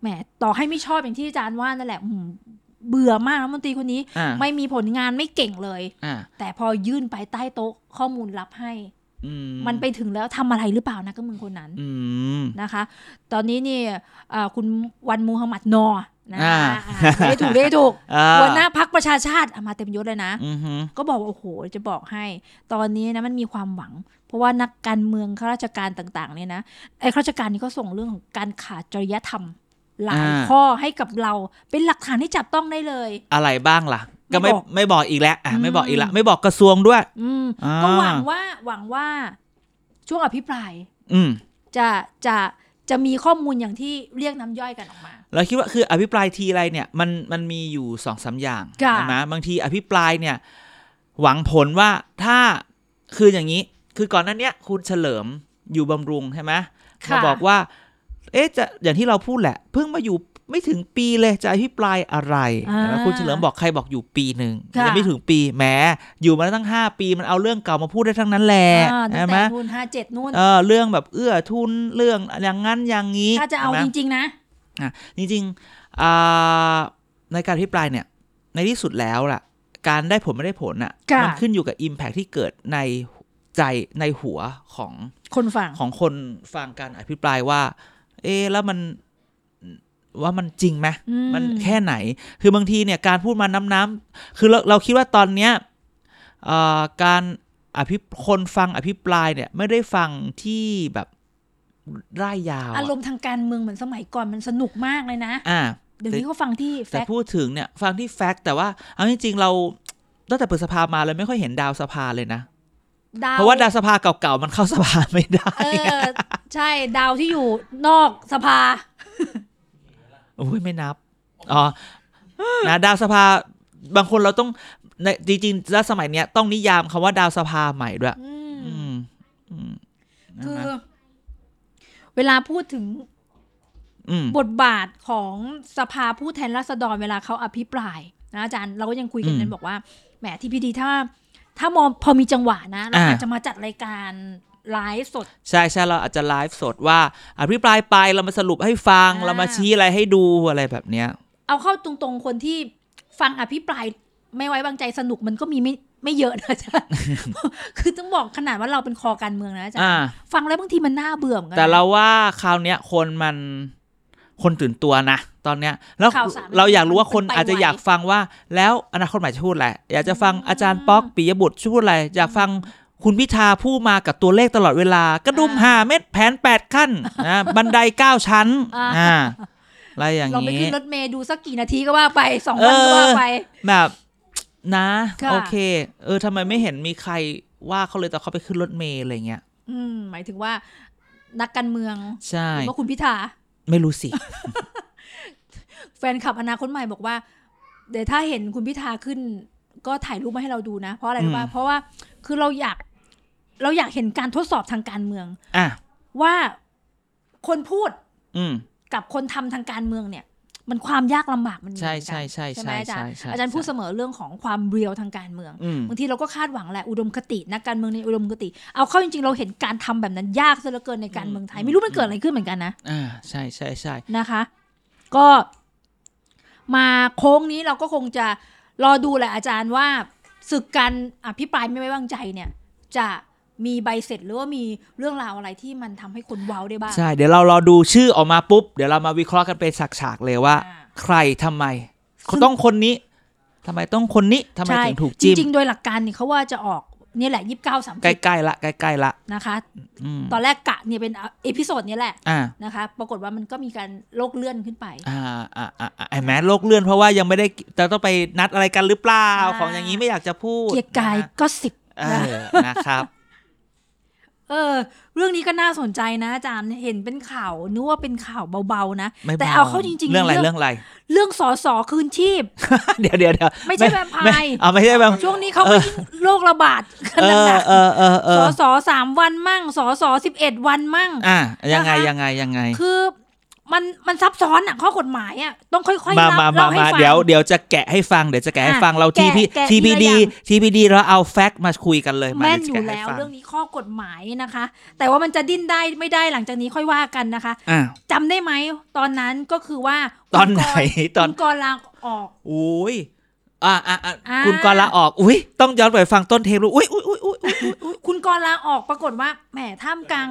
B: แหมต่อให้ไม่ชอบอย่างที่อาจารย์ว่านั่นแหละอืมเบื่อมากรัฐมนตรีคนนี้
A: อ่า
B: ไม่มีผลงานไม่เก่งเลย
A: อ่า
B: แต่พอยื่นไปใต้โต๊ะข้อมูลลับให้
A: อื
B: มันไปถึงแล้วทำอะไรหรือเปล่านะกับมึงคนนั้น
A: อืม
B: นะคะ ตอนนี้นี่เอ่อคุณวันมูฮัมหมัดนอนะ
A: อ่า
B: อ่าได้ถูกได้ถูก
A: อ่า
B: หัวหน้าพักประชาชาติอ่ะมาเต็มยศเลยนะ
A: อือหือ
B: ก็บอกว่าโอ้โหจะบอกให้ ตอนนี้นะมันมีความหวัง เพราะว่านักการเมืองข้าราชการต่างๆเนี่ยนะไอ้ข้าราชการนี่ก็ส่งเรื่องของการขาดจริยธรรม หลาย
A: อ่า
B: ข้อให้กับเราเป็นหลักฐานที่จับต้องได้เลย
A: อะไรบ้างล่ะ ก็ไม่
B: ไม่บอก
A: ไม่บอกอีกแล้วอ่ะไม่บอกอีกแล้ว
B: อืม
A: ไม่บอกกระทรวงด้วย
B: อืม
A: อ่า
B: ก็หวังว่าหวังว่าช่วงอภิปราย
A: อืม
B: จะจะจะมีข้อมูลอย่างที่เรียกน้ำย่อยกันออกมา
A: เราคิดว่าคืออภิปรายทีไรเนี่ยมันมันมีอยู่สองสามอย่าง
B: ค่ะ
A: ใช่ไหมบางทีอภิปรายเนี่ย หวังผลว่าถ้าคืออย่างนี้ คือก่อนหนั้นเนี้ยคุณเฉลิมอยู่บำรุงใช่ไหมมาบอกว่า เอ๊ะจะอย่างที่เราพูดแหละ เพิ่งมาอยู่ไม่ถึงปีเลยจะอภิปรายอะไร
B: อ่า
A: แล้วคุณเฉลิมบอกใครบอกอยู่ปีหนึ่ง
B: ค่ะ
A: ยังไม่ถึงปีแหมอยู่มาตั้งห้าปีมันเอาเรื่องเก่ามาพูดได้ทั้งนั้นแหละ
B: อ่าตั้
A: ใช่
B: ง
A: ไหม
B: แต่นู่นห้าเจ็ดนู่น
A: เออเรื่องแบบเอื้อทุนเรื่องอย่างนั้นอย่างนี้
B: ถ้าจะเอาจ
A: ใช่ไหม
B: ริง ๆ นะ
A: จริงๆอ่าในการพิปรายเนี่ย ในที่สุดแล้วล่ะ การได้ผลไม่ได้ผลอ่ะ
B: ค่ะ
A: มัขึ้นอยู่กับ Impact ที่เกิดในใจในหัวของ
B: คนฝั่ง
A: ของคนฟังการอภิปรายว่า เอ๊ะแล้วมันว่ามันจริงไหม
B: อืม
A: มันแค่ไหน คือบางทีเนี่ยการพูดมาน้ำน้ำๆคือเราเราคิดว่าตอนเนี้ยเอ่อการอภิคนฟังอภิปรายเนี่ย ไม่ได้ฟังที่แบบร่ายยาวอะ
B: อารมณ์ทางการเมืองเหมือนสมัยก่อนมันสนุกมากเลยนะ
A: อ่า
B: เดี๋ยวนี้เขาฟังที่แฟ
A: แต่
B: กซ์
A: พูดถึงเนี่ยฟังที่แฟกต์แต่ว่าเอาจริงๆเราตั้งแต่เปิดสภามาเราไม่ค่อยเห็นดาวสภาเลยนะ
B: ดาว
A: เพราะว่าดาวสภาเก่าๆมันเข้าสภาไม่ได้
B: เออ ใช่ดาวที่อยู่นอกสภา
A: โอ้ยไม่นับ อ๋อ นะดาวสภาบางคนเราต้องในจริงๆแล้วสมัยเนี้ยต้องนิยามคำว่าดาวสภาใหม่ด้วย
B: อืม
A: อืมอืม
B: คือ
A: นะ
B: เวลาพูดถึง
A: อืม
B: บทบาทของสภาผู้แทนราษฎรเวลาเขาอภิปรายนะอาจารย์เราก็ยังคุยกัน
A: อืม
B: นั้นบอกว่าแหมที่พีดีถ้า ถ้ามองพอมีจังหวะนะเรา
A: อ่า
B: อาจจะมาจัดรายการไลฟ์สด
A: ใช่ใช่เราอาจจะไลฟ์สดว่าอภิปรายไปเรามาสรุปให้ฟัง
B: อ่า
A: เรามาชี้อะไรให้ดูอะไรแบบเนี้ย
B: เอาเข้าตรงๆ คนที่ฟังอภิปรายไม่ไว้วางใจสนุกมันก็มีไม่ไม่เยอะนะอาจ๊ะ คือต้องบอกขนาดว่าเราเป็นคอการเมืองนะอาจ๊ะ
A: อ่า
B: ฟังแล้วบางทีมันน่าเบื่อเหมือนกั
A: แต่
B: นะ
A: เราว่าคราวเนี้ยคนมันคนตื่นตัวนะ ตอนเนี้ยแล้ว
B: ข่าวสาร
A: เราอยากรู้ว่าคน
B: มันไป
A: อาจจะอยากฟังว่า แล้วอนาคตใหม่จะพูดอะไรอยากจะฟังอาจารย์ป๊อกปิยบุตรพูดอะไรอยากฟังคุณพิธาพูดมากับตัวเลขตลอดเวลากระดุม
B: อ่า
A: หาเม็ดแผน 8 ขั้นนะบันได 9 ชั้น
B: อ่า
A: อ่าอะไรอย่าง
B: เราไป
A: นี้
B: ขึ้นรถเมย์ดูสักกี่นาทีก็ว่าไปสองวันก็ว่าไป
A: แบบนะ
B: ค่ะ
A: โอเค เออทำไมไม่เห็นมีใครว่าเขาเลยแต่เขาไปขึ้นรถเมล์อะไรเงี้ย
B: อืมหมายถึงว่านักการเมือง
A: ใช่
B: หรือว่าคุณพิธา
A: ไม่รู้สิ
B: แฟนคลับอนาคตใหม่บอกว่า เดี๋ยวถ้าเห็นคุณพิธาขึ้น ก็ถ่ายรูปมาให้เราดูนะ เพราะอะไรรู้ป่ะ
A: อืม
B: เพราะว่าคือเราอยาก เราอยากเห็นการทดสอบทางการเมือง
A: อ่ะ
B: ว่าคนพูด
A: อืม
B: กับคนทำทางการเมืองเนี่ย มันความยากลำบากมันมี
A: ใช่
B: เหมือนกัน
A: ใช่ใช่
B: ใช่ไหม
A: ใช่
B: อาจาร
A: ใช่
B: ย์
A: ใช่
B: อาจารย์พูดเสมอเรื่องของความเรียวทางการเมือง
A: อืม
B: บางทีเราก็คาดหวังแหละอุดมคตินักการเมืองในอุดมคติ เอาเข้าจริงๆ เราเห็นการทำแบบนั้นยากซะเหลือเกินในการเมืองไทย ไม่รู้มันเกิดอะไรขึ้นเหมือนกันนะ
A: อ่าใช่ใช่ใช่
B: นะคะ ก็มาโค้งนี้เราก็คงจะรอดูแหละอาจารย์ว่าศึกการอภิปรายไม่ไว้วางใจเนี่ย จะมีใบเสร็จหรือว่ามีเรื่องราวอะไรที่มันทำให้คนว้าวได้บ้าง
A: ใช่เดี๋ยวเรารอดูชื่อออกมาปุ๊บ เดี๋ยวเรามาวิเคราะห์กันเป็นฉากๆเลยว่า
B: อ่า
A: ใครทำไมเขาต้องคนนี้ทำไมต้องคนนี้ทำไม
B: ใช่
A: ถึงถูก
B: จ
A: จิ้ม
B: ริง ๆ โดยหลักการเนี่ยเขาว่าจะออกเนี่ยแหละยี่สิบเก้าสาม
A: ใกล้ๆละใกล้ๆละ
B: นะคะ
A: อืม
B: ตอนแรกกะเนี่ยเป็นเอพิโซดเนี่ยแหละ
A: อ่า
B: นะคะ ปรากฏว่ามันก็มีการโลกเลื่อนขึ้นไป
A: อ่าอ่าอ่าอ่าไอ้แม้โลกเลื่อนเพราะว่ายังไม่ได้จะต้องไปนัดอะไรกันหรือเปล่า
B: อ่า
A: ของอย่างนี้ไม่อยากจะพูด
B: เกียร์กายก็สิบ
A: เออนะครับ
B: เออ เรื่องนี้ก็น่าสนใจนะอาจารย์เห็นเป็นข่าวนึกว่าเป็นข่าวเบาๆนะ
A: ไม่
B: แต่เอาเข้าจริงๆ
A: เรื่องอะไร
B: เรื่
A: เรื่อ
B: อง
A: งอะไร
B: เรื่องสอสอคืนชีพ
A: เดี๋ยวเดี๋ยวเดี๋ยว
B: ไม่ใช่แวมไพร์
A: ม่อ่าไม่ใช่แวม
B: ช่วงนี้เขาก็ยิ่งโรคระบาดกัน
A: เออ
B: หนัก
A: เออเออเอ
B: ๆส
A: อ
B: อสอสามวันมั่งสอสอสิบเอ็ดวันมั่ง
A: อ่ายังไง
B: นะคะ
A: ยังไงยังไง
B: คือมันมันซับซ้อนอะข้อกฎหมายอะต้องค่อยๆ
A: มา
B: เล่า
A: มามา
B: เล่าให้
A: มา
B: ฟัง
A: เดี๋ยว เดี๋ยวจะแกะให้ฟัง เดี๋ยวจะแกะให้
B: อ่ะ
A: ฟัง เรา
B: แกะ
A: ทีพี
B: แกะ
A: ทีพี
B: ที
A: ดี
B: ละอย่าง
A: ทีพีดีเราเอาแฟกต์มาคุยกันเลย มา
B: แม่นอ
A: เดี๋ยว
B: ยู่
A: จะแกะให้
B: แล้ว
A: ฟัง
B: เรื่องนี้ข้อกฎหมายนะคะ แต่ว่ามันจะดิ้นได้ไม่ได้หลังจากนี้ค่อยว่ากันนะคะ
A: อ่ะ
B: จำได้ไหมตอนนั้นก็คือว่า
A: ตอนไหน ตอน
B: คุณกรณ์ลาออก
A: อุ้ยอ่ะอ่ะอ่ะ
B: อ่า
A: คุณกรณ์ลาออก อุ้ยต้องย้อนไปฟังต้นเทปรู้อุ้ยอุ้ยอุ้ยอุ้ย
B: อุ๊ยอุ๊ยอุ๊ยคุณกรลาออกปรากฏว่าแหมท่ามกลาง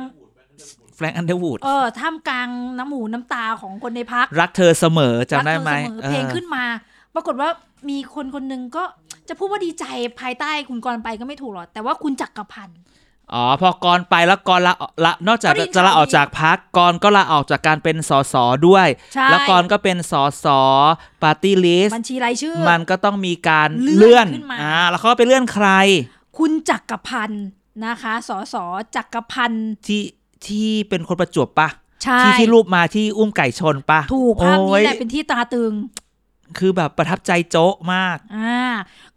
A: แฟรงก์อันเดอร์วูด
B: เออท่ามกลางน้ำหูน้ำตาของคนในพัก
A: รักเธอเสมอจำได้ไหม
B: รักเธอเสอเพลงขึ้นมา ปรากฏว่ามีคนคนหนึ่งก็จะพูดว่าดีใจภายใต้คุณกรณ์ไปก็ไม่ถูกหรอกแต่ว่าคุณจักรพันธ์
A: อ๋อพอกรไปแล้วกรละละนอกจาก
B: ก็ได้ยิน
A: จะละ
B: ข่าว
A: ออก
B: ดี
A: จากพักกรก็ละออกจากการเป็นสสด้วย
B: ใช่
A: แล้วกรก็เป็นสสปาร์ตี้ลิส
B: บัญชีรายชื่อ
A: มันก็ต้องมีการ
B: เลื่
A: เลื่อ
B: อน นขึ้นมา
A: อ่าแล้วเขาก็ไปเลื่อนใคร
B: คุณจักรพันธ์นะคะสสจักรพันธ์
A: ที่ที่เป็นคนประจวบปะ
B: ใช่
A: ที่ที่รูปมาที่อุ้มไก่ชนปะ
B: ถูกภาพนี้แหละ
A: โอ้ย
B: เป็นที่ตราตรึง
A: คือแบบประทับใจโจ๊ะมาก
B: อ่า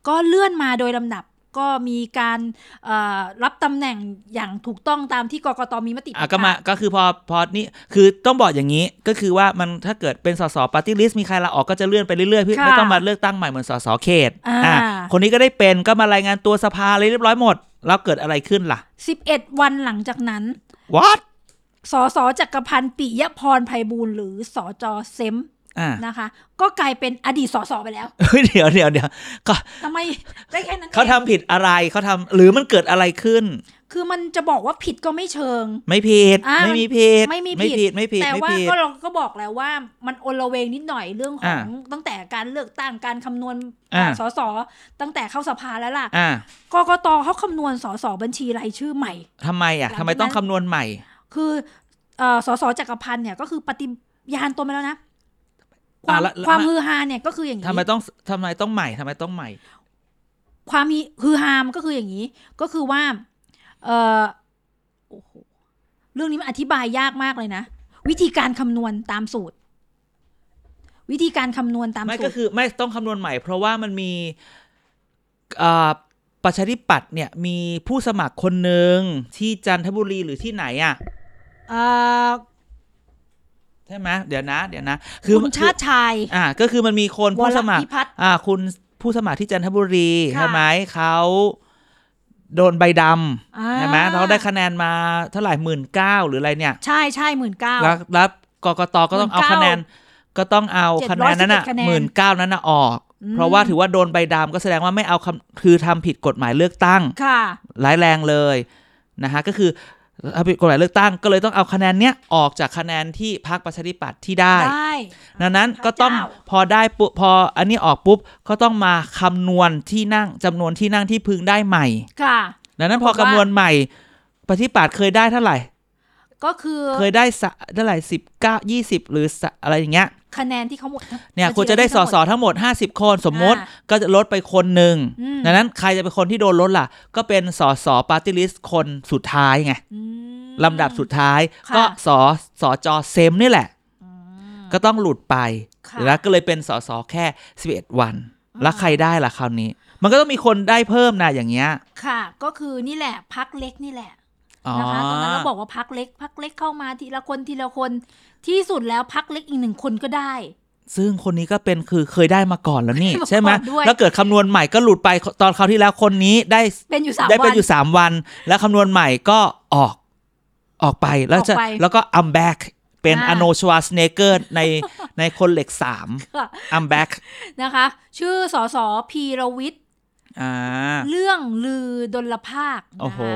B: ก็เลื่อนมาโดยลำดับก็มีการเอ่อรับตำแหน่งอย่างถูกต้องตามที่กกตมีมติ
A: อ่ะก็มา
B: ประศ
A: ก็คือพอพอนี่คือต้องบอกอย่างนี้ก็คือว่ามันถ้าเกิดเป็นสสปาร์ตี้ลิสต์มีใครลาออกก็จะเลื่อนไปเรื่อยๆพี่ไม่ต้องมาเลือกตั้งใหม่เหมือนสสเขต
B: อ่า
A: ะคนนี้ก็ได้เป็นก็มารายงานตัวสภาเลยเรียบร้อยหมด แล้วเกิดอะไรขึ้นล่ะ
B: 11 วันหลังจากนั้น
A: what
B: สสจักรพันธ์ปิยพรไพบูลย์หรือสจเซม
A: อ่า
B: นะคะ ก็กลายเป็นอดีตสสไปแล้ว
A: เฮ้ยเดี๋ยวเดี๋ยวเดี๋ยวก็
B: ทำไม ได้แค่นั้นอง
A: เขาทำผิดอะไรเขาทำหรือมันเกิดอะไรขึ้น
B: คือมันจะบอกว่าผิดก็ไม่เชิง
A: ไม่ผิด
B: อ่ะ
A: ไม่มีผิด
B: ไม่มีผิ
A: ไม่
B: ด
A: ผิดไม่ผิด
B: แต่
A: ไม่
B: ว่า
A: ผิด
B: ก็เราก็บอกแล้วว่ามันโอละเวงนิดหน่อยเรื่องของตั้งแต่การเลือกตั้งการคำนวณ
A: อ่า
B: สสตั้งแต่เข้าสภาแล้วล่ะ
A: อ่าก
B: กตเขาคำนวณสสบัญชีรายชื่อใหม่
A: ทำไมอ่ะ
B: หลังจาก
A: ทำไมต้อง
B: นั้น
A: คำนวณใหม่
B: คือเออสสจักรพันธ์เนี่ยก็คือปฏิญาณตนไปแล้วนะ
A: อ่าว
B: คาม
A: แล้วแล้ว
B: ความฮือฮาเนี่ยก็คืออย่างนี้
A: ทำไมต้องทำไมต้องใหม่ทำไมต้องใหม่
B: ความมีฮือฮามนก็คืออย่างนี้ ก็คือว่าเออโอ้โหเรื่องนี้มันอธิบายยากมากเลยนะ วิธีการคำนวณตามสูตร วิธีการคำนวณตาม
A: ไม่
B: สู
A: ก็
B: ตร
A: คือไม่ต้องคำนวณใหม่ เพราะว่ามันมีเอ่อประชาธิปัตย์เนี่ยมีผู้สมัครคนหนึ่งที่จันทบุรีหรือที่ไหนอ่ะ
B: เอ่อ
A: ใช่ไหมเดี๋ยวนะ เดี๋ยวนะ
B: คุณชาติชาย
A: อ่าก็คือมันมีคน
B: ว
A: ผู้
B: ร
A: สมัคร
B: พิพัฒน์
A: อ่าคุณผู้สมัครที่จันทบุรี
B: ค่ะ
A: ใช่ไหมเขาโดนใบด
B: อ่า
A: ำใช่ไหมเราได้คะแนนมาเท่าไหร่หมื่นเก้าหรืออะไรเนี่ย
B: ใช่ใช่หมื่นเก้า
A: แล้วแล้วกกตก็ต้องเอา
B: 19
A: คะแนน ก็ต้องเอาคะแนนนั้นอ่ะ
B: 711คะแนน
A: หมื่นเก้านั้นอ่ะออก
B: อืม
A: เพราะว่าถือว่าโดนใบดำก็แสดงว่าไม่เอาคำคือทำผิดกฎหมายเลือกตั้ง
B: ค่ะ
A: ร้ายแรงเลยนะฮะก็คือเอาผิดกฎหมายเลือกตั้ง ก็เลยต้องเอาคะแนนเนี้ยออกจากคะแนนที่พรรคประชาธิปัตย์ที่ได้
B: ได้
A: ดังนั้น
B: พระ
A: ก็ต้อง
B: เจ้า
A: พอได้ปุ๊บพออันนี้ออกปุ๊บก็ต้องมาคำนวณที่นั่งจำนวนที่นั่งที่พึงได้ใหม่
B: ค่ะ
A: ดังนั้น
B: ป
A: พอ
B: รากฏว่า
A: คำนวณใหม่ประชาธิปัตย์เคยได้เท่าไหร่
B: ก็คือ
A: เคยได้สะเท่าไหร่สิบเก้ายี่สิบหรือสะอะไรอย่างเงี้ย
B: คะแนนที่เขาหมด
A: เนี่ยควรจะได้สอสอทั้งหมด 50 คนสมมติ
B: อ่
A: ก็จะลดไปคนหนึ่ง
B: อืม
A: ดังนั้นใครจะเป็นคนที่โดนลดล่ะ ก็เป็นสอสอปาร์ตี้ลิสต์คนสุดท้ายไง
B: อืม
A: ลำดับสุดท้าย
B: ค่ะ
A: ก็สอสอจอเซมนี่แหละ
B: อืม
A: ก็ต้องหลุดไป
B: ค่ะ
A: แล้วก็เลยเป็นสอสอแค่ 11 วัน แล้วใครได้ล่ะคราวนี้ มันก็ต้องมีคนได้เพิ่มนะอย่างเงี้ย
B: ค่ะ ก็คือนี่แหละพักเล็กนี่แหละ
A: อ๋อ
B: นะคะตอนนั้นเราบอกว่าพักเล็กพักเล็กเข้ามาทีละคนทีละคนที่สุดแล้วพักเล็กอีกหนึ่งคนก็ได้
A: ซึ่งคนนี้ก็เป็นคือเคยได้มาก่อนแล้วนี่
B: เคยมาก่อน
A: ใช่ไหม
B: ด้วย
A: แล้วเกิดคำนวณใหม่ก็หลุดไปตอนคราวที่แล้วคนนี้ได้
B: เป็นอยู่สาม
A: ได้
B: วั
A: เป็น
B: น
A: อยู่ 3 วัน แล้วคำนวณใหม่ก็ออกออกไปแล้วจะ
B: ออกไป
A: แล้วก็ I'm back เป็นอ
B: อ่า
A: โนชวาสเนเกอร์ใน ในคนเหล็กสาม
B: ค่ะ
A: I'm back
B: นะคะ ชื่อสสพีรวิทย์
A: อ่า
B: เรื่องลือดลภาค
A: โอ้โห
B: นะค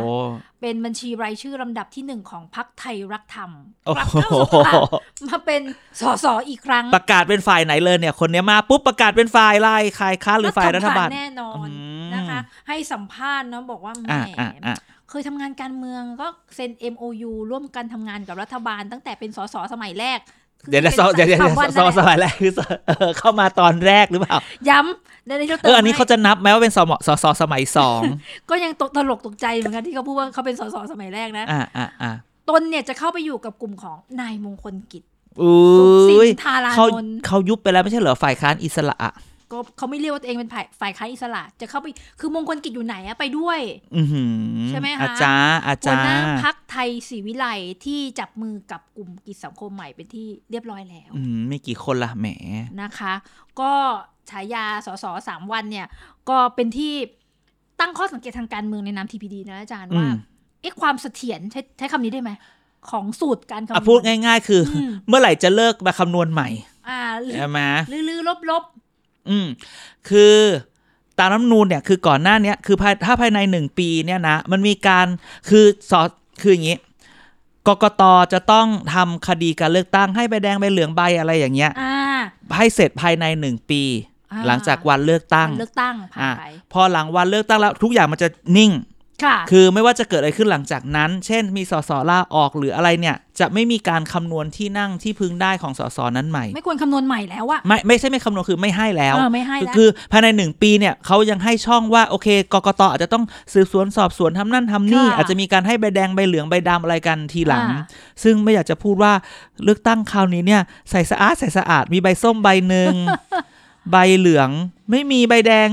B: ะเป็นบัญชีรายชื่อลำดับที่หนึ่งของพักไทยรักธรรม
A: โอ้
B: กลับ
A: โห
B: เข้าสภามาเป็นสสอีกครั้ง
A: ประกาศเป็นฝ่ายไหนเลยเนี่ย คนเนี้ยมาปุ๊บประกาศเป็นฝ่ายไล่ขายค้านหรือฝ่ายรัฐบาล
B: แน่นอน
A: อืม
B: นะคะ ให้สัมภาษณ์เนาะบอกว่าแห
A: อ่าม อ่าอ่า
B: เคยทำงานการเมืองก็เซ็น MOU ร่วมกันทำงานกับรัฐบาลตั้งแต่เป็นสสสมัยแรก
A: เดี๋ยวเดี๋ยว
B: คือ
A: เดี๋ยวเดี๋ยว
B: ป็นสามวัน
A: ส
B: นั่น
A: ส
B: แหละ
A: มัยแรกคือสเออเข้ามาตอนแรกหรือเปล่า
B: ย้ำในนี้เรา
A: เอ
B: เติม
A: ออันนี้เขา
B: ให้
A: จะนับไหมว่าเป็นสมสสสมัยสอง
B: ก็ยังตกตลกตกใจเหมือนกันที่เขาพูดว่าเขาเป็นสสสมัยแรกนะ
A: อ่าอ่าอ่า
B: ตนเนี่ยจะเข้าไปอยู่กับกลุ่มของนายมงคลกิจ
A: อุ
B: สุขสิ้
A: ย
B: นทาราน
A: เขา
B: นท์
A: เขายุบไปแล้วไม่ใช่เหรอฝ่ายค้านอิสระ
B: ก็เขาไม่เรียกว่าตัวเองเป็นฝ่ายฝ่ายค้านอิสระจะเข้าไปคือมงคลกิจอยู่ไหนอะไปด้วย
A: อือหือ
B: ใช่ไหมคะ
A: อาจารย์อา
B: หั
A: จาว
B: หน้าร
A: ย์
B: พักไทยศรีวิไลที่จับมือกับกลุ่มกิจสังคมใหม่เป็นที่เรียบร้อยแล้ว
A: อืมไม่กี่คนละแหม
B: นะคะ ก็ฉายาสสสามวันเนี่ย ก็เป็นที่ตั้งข้อสังเกตทางการเมืองในนาม TPD นะอาจารย์
A: อื
B: ว่าม เอ๊ะความเสถียรใช้ใช้คำนี้ได้ไหม ของสูตรการคำนว
A: อ่ะ
B: ณ
A: พูดง่ายๆ คืออ
B: ม
A: เมื่อไหร่จะเลิกมาคำนวณใหม่
B: อ่า
A: ใช่ไหม
B: ลือลือลบลบ
A: อืมคือ ตามรัฐธรรมนูญเนี่ยคือก่อนหน้าเนี้ยคือภายถ้าภายในหนึ่งปีเนี่ยนะมันมีการคือสอคืออย่างนี้กกตจะต้องทำคดีการเลือกตั้งให้ใบแดงใบเหลืองใบอะไรอย่างเงี้ย
B: อ่า
A: ให้เสร็จภายในหนึ่งปี
B: อ่า
A: หลังจากวันเลือกตั้ง
B: เลือกตั้งผ่านไป
A: พอหลังวันเลือกตั้งแล้วทุกอย่างมันจะนิ่ง
B: ค่ะ
A: คือไม่ว่าจะเกิดอะไรขึ้นหลังจากนั้น เช่น มีสสลาออกหรืออะไรเนี่ย จะไม่มีการคำนวณที่นั่งที่พึงได้ของสสนั้นใหม่
B: ไม่ควรคำนวณใหม่แล้วอะ
A: ไม่ไม่ใช่ไม่คำนวณคือไม่ให้แล้ว
B: เออไม่ให้
A: คือ
B: แล้ว
A: คือภายในหนึ่งปีเนี่ยเขายังให้ช่องว่าโอเคกกตอาจจะต้องสืบสวนสอบสวนทำนั่นทำนี่
B: ค่ะ
A: อาจจะมีการให้ใบแดงใบเหลืองใบดำอะไรกันทีหลัง
B: อ่า
A: ซึ่งไม่อยากจะพูดว่าเลือกตั้งคราวนี้เนี่ยใส่สะอาดใส่สะอาดมีใบส้มใบห นึ่ง ใบเหลือง ไม่มีใบแดง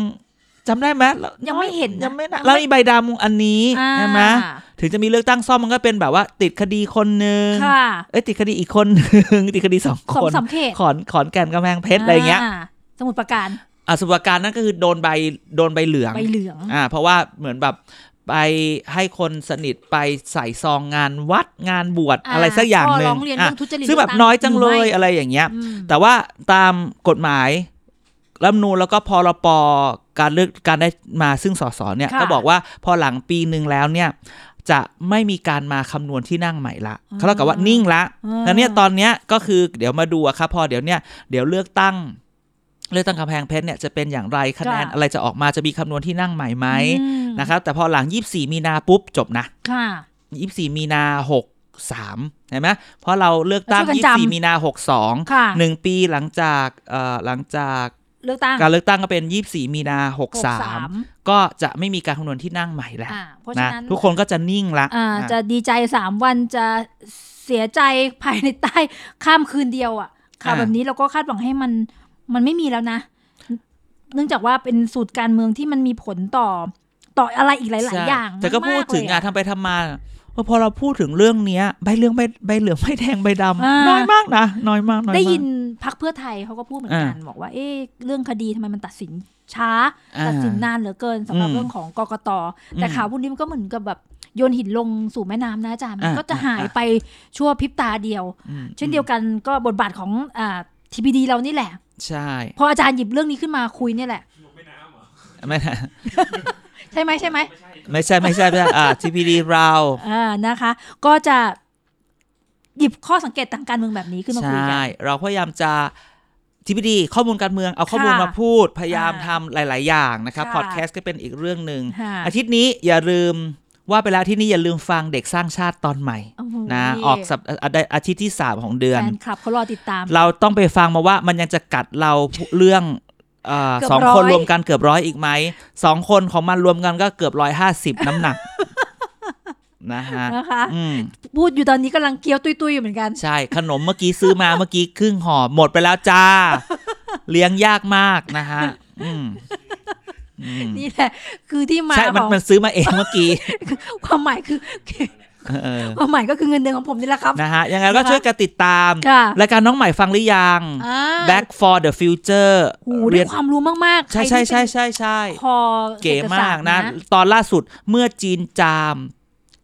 A: จำได้ไหมเรา
B: ยังไม่เห็นนะ
A: ยังไม่นะ
B: ยังไม่
A: แล้วมีใบดำอันนี้
B: อ่า
A: ใช่ไหมถึงจะมีเลือกตั้งซ่อมมันก็เป็นแบบว่า ติดคดีคนหนึ่ง
B: ค่ะ
A: เอ้ยติดคดีอีกคนหนึ่ง ติดคดีสอง
B: สอ
A: ค
B: ง
A: น
B: สามเขต
A: ขอนขอนแก่นกำแพงเพชรอะไรอย่างเงี้ย
B: าสมุดประการ
A: อาสุปการนั่นก็คือโดนใบโดนใบเหลือง
B: ใบเหลือง
A: อ่าเพราะว่าเหมือนแบบไปให้คนสนิทไปใส่ซองงานวัดงานบวชอะไรสักอย่างหนึ่
B: ข้
A: ง
B: ร้องเรียน
A: อ่ะ
B: เรื่องทุจริต
A: ซึ่งแบบน้อยจังเลยอะไรอย่างเงี้ย
B: อืม
A: แต่ว่าตามกฎหมายรัฐธรรมนูลแล้วก็พรปการเลือกการได้มาซึ่งสสเนี่ย
B: ค่ะ
A: ก็บอกว่าพอหลังปีหนึ่งแล้วเนี่ย จะไม่มีการมาคำนวณที่นั่งใหม่ละ
B: อ่า
A: เขาเท่ากับว่านิ่งละ
B: อ่า
A: แล้วเนี่ยตอนเนี้ยก็คือเดี๋ยวมาดูอะครับพอเดี๋ยวเนี่ยเดี๋ยวเลือกตั้ง เลือกตั้งกำแพงเพชรเนี่ยจะเป็นอย่างไรคะแนนอะไรจะออกมาจะมีคำนวณที่นั่งใหม่ไหม
B: อืม
A: นะครับ แต่พอหลัง 24 มีนาปุ๊บจบนะ
B: ค่ะ
A: 24 มีนา63เห็นไหมเพราะเราเลือกตั้ง
B: ช่วยกันจำ
A: 24 มีนา62
B: ค่ะ
A: หนึ่งปีหลังจากเอ่อหลังจาก
B: เลือกตั้ง
A: การเลือกตั้งก็เป็น 24 มีนา
B: หกสาม
A: 63 ก็จะไม่มีการคำนวณที่นั่งใหม่แล้ว
B: อ่าเพราะฉะ
A: นะ
B: นั้น
A: ทุกคนก็จะนิ่งละ
B: อ่า
A: อ่ะ
B: จะดีใจสามวันจะเสียใจภายในใต้ข้ามคืนเดียวอ่ะข่าวแบบนี้เราก็คาดหวังให้มันมันไม่มีแล้วนะ เนื่องจากว่าเป็นสูตรการเมืองที่มันมีผลต่อต่ออะไรอีกหลาย
A: ใช่
B: ๆ อย่าง
A: แต่ก็
B: มา
A: พูดถึง
B: เล
A: งาย นทำไปทำมาเออพอเราพูดถึงเรื่องเนี้ยใบเหลืองใบใบเหลืองใบแดงใบด
B: า
A: ำน้อยมากนะน้อยมากน้อยมาก
B: ได้ยินพักเพื่อไทยเขาก็พูดเหมือนกันบอกว่า เอ๊ะเรื่องคดีทำไมมันตัดสินช้า
A: อ่า
B: ตัดสินนานเหลือเกินสำหรับ
A: อืม
B: เรื่องของกกตแต่
A: อืม
B: ข่าวพวกนี้มันก็เหมือนกับแบบโยนหินลงสู่แม่น้ำนะอาจารย์มัน
A: อ่า
B: ก็จะหาย
A: อ่า
B: ไปชั่วพริบตาเดียว
A: อืม
B: เช่นเดียวกันก็บทบาทของอ่าทีพีดีเรานี่แหละ
A: ใช่
B: พออาจารย์หยิบเรื่องนี้ขึ้นมาคุยเนี่ยแหละ
A: ไม่
B: ใช่ไหมใช่ไหม
A: ไม่ใช่ไม่ใช่ไม่ใช่อ่า TPD เรา
B: อ่านะคะ ก็จะหยิบข้อสังเกตทางการเมืองแบบนี้ขึ้นมาคุย
A: ใช่
B: กัน
A: เราพยายามจะ TPD ข้อมูลการเมืองเอาข้อมูล
B: ค่ะ
A: มาพูดพยายามทำหลาย ๆ อย่างนะครับ
B: ค่ะ
A: พอดแคสต์ก็เป็นอีกเรื่องหนึ่ง
B: ค่ะ
A: อาทิตย์นี้อย่าลืมว่าไปแล้วอาที่นี่อย่าลืมฟังเด็กสร้างชาติตอนใหม่
B: โอ้โห
A: นะออกสัปอาทิตย์อาทิตย์ที่ 3 ของเดือน
B: แฟนคลับเขารอติดตาม
A: เราต้องไปฟังมาว่ามันยังจะกัดเราเรื่องเอ่อ
B: เกือบ
A: สองคน
B: ร้อย
A: รวมกันเกือบร้อยอีกไหมสองคนของมันรวมกันก็เกือบร้อยห้าสิบน้ำห นัก นะฮะ
B: นะคะ
A: อืม
B: พูดอยู่ตอนนี้กำลังเคี้ยวตุยๆอยู่เหมือนกัน
A: ใช่ขนมเมื่อกี้ซื้อมาเมื่อกี้ครึ่งห่อหมดไปแล้ว จ้า เลี้ยงยากมากนะฮะอืมอืม
B: นี่แหละคือที่มา
A: ใช่
B: ข
A: มัน
B: อง
A: มันซื้อมาเองเมื่อกี้
B: ความหมายคือ
A: เออ
B: ความหมายก็คือเงินเดือนของผมนี่แหละครับ
A: นะฮะ ยังไงก็ช่วยกันติดตาม
B: ค่ะ
A: รายการน้องใหม่ฟังหรือยัง
B: อ่า
A: Back for the future
B: โอ้โห
A: เรี
B: ได้
A: น
B: ความรู้มากๆ
A: ใช่
B: คร
A: ใช่
B: ที่
A: ใช่ใช่ใช่
B: เป็นคอ
A: เก๋
B: ศรษฐศ
A: มา
B: ส
A: ก
B: ตร์
A: นะ ตอนล่าสุดเมื่อจีนจาม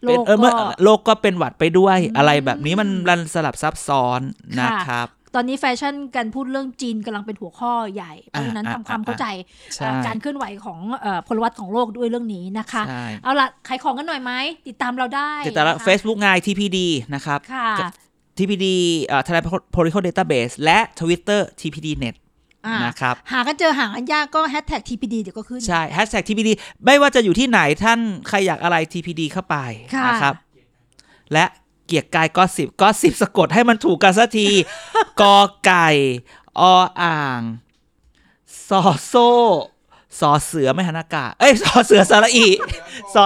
B: โล
A: เป็น
B: ก
A: เออเมื่อ
B: ก็
A: โลกก็เป็นหวัดไปด้วย
B: อืม
A: อะไรแบบนี้มันรันสลับซับซ้อน
B: ค่ะ
A: นะครับ
B: ตอนนี้แฟชั่นกันพูดเรื่องจีนกำลังเป็นหัวข้อใหญ่ เพราะฉะนั้น
A: อ่า
B: ทำความ
A: อ่า
B: เข้าใจ
A: ใช่
B: การเคลื่อนไหวของเอ่อพลวัตของโลกด้วยเรื่องนี้นะคะ
A: ใช่
B: เอาล่ะขายของกันหน่อยไหม ติดตามเราได้
A: ติดตาม
B: นะคะ
A: Facebook ไง TPD นะครับ
B: ค่ะ
A: TPD เอ่อ Thailand Political Database และ Twitter TPD Net
B: อ่า
A: นะครับ
B: หากันเจอหากันยากก็แฮชแท็ก TPD เดี๋ยวก็ขึ้น
A: ใช่ hashtag TPD ไม่ว่าจะอยู่ที่ไหนท่านใครอยากอะไร TPD เข้าไป
B: ค่ะ
A: นะครับ และเกียรติกายก็สิบก็สิบสะกดให้มันถูกกันสัก ที กอไก่ ออ่างซอโซ่สอเสือไม่หันอากาศเอ้ยสอเสือสระอีสอ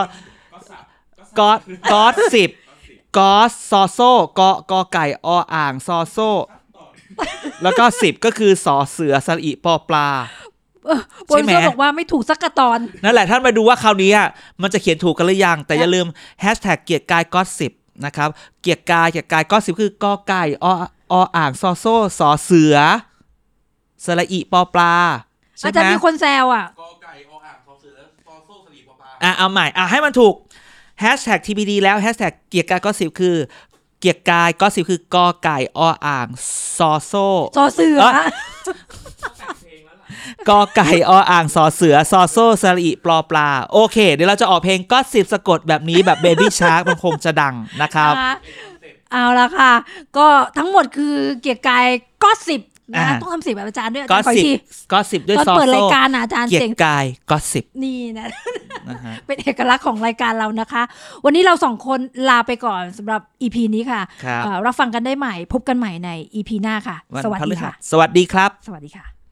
A: กอดกอดสิบกอสซอโซ่กอกอไก่ ออ่างซอโซ่ แล้วก็สิบก็คือสอเสือสระอีปอปลา
B: โปรดิวเซอ
A: ใช่
B: ร์
A: ไหม
B: บอกว่าไม่ถูกสักกระตอน
A: นั่นแหละท่านไปดูว่าคราวนี้อ่ะมันจะเขียนถูกกันหรือยัง แต่อย่าลืมแฮชแท็กเกียรติกายก็สิบนะครับ เกียรติกายเกียรติกายก็สิบคือกอไก่อออ่างซอโซ่สอเสือสระอิปอปลา ใช่
B: อา
A: ไห
B: จาร
A: ม
B: ย์มีคนแซวอ่ะ
C: กอไก่ออ่างทอเสือซอโซ่สลีปอปลา
A: อ่ะเอาใหม่อ่ะให้มันถูกแฮชแท็ก TPD แล้วแฮชแท็กเกียรติกายก็สิบคือ เกียรติกายก็สิบคือกอไก่ออ่างซอโซ่
B: ซอเสือ
A: เอ้ย กอไก่ออ่างสอเสือซอโซสลีปลอปลา โอเค เดี๋ยวเราจะออกเพลงก็สิบสะกดแบบนี้แบบเบบี้ชาร์กมันคงจะดังนะครับ
B: นะคะ
C: เสร็จ
B: เอาละค่ะ ก็ทั้งหมดคือเกียรติกายก็สิบนะ
A: อ่า
B: ต้องทำสิบแบบอาจารย์ด้วยอา
A: ก็
B: จารย์ขอ
A: สิ
B: อีก
A: บ
B: ที
A: ก็สิบด้วย
B: ตอน
A: ซอ
B: เปิด
A: โซ
B: รายการน่ะอาจารย์
A: เกีย
B: เสียง
A: กกายก็สิบ
B: นี่นะ
A: นะฮะ
B: เป็นเอกลักษณ์ของรายการเรานะคะ วันนี้เราสองคนลาไปก่อนสำหรับ EP นี้ค่ะ
A: ครับ
B: เอ่อรับฟังกันได้ใหม่ พบกันใหม่ใน EP หน้าค่ะ
A: วัน
B: สวัส
A: พฤ
B: ดี
A: หั
B: ค่ะ
A: สสวัสดีครับ
B: สวัสดีค่ะ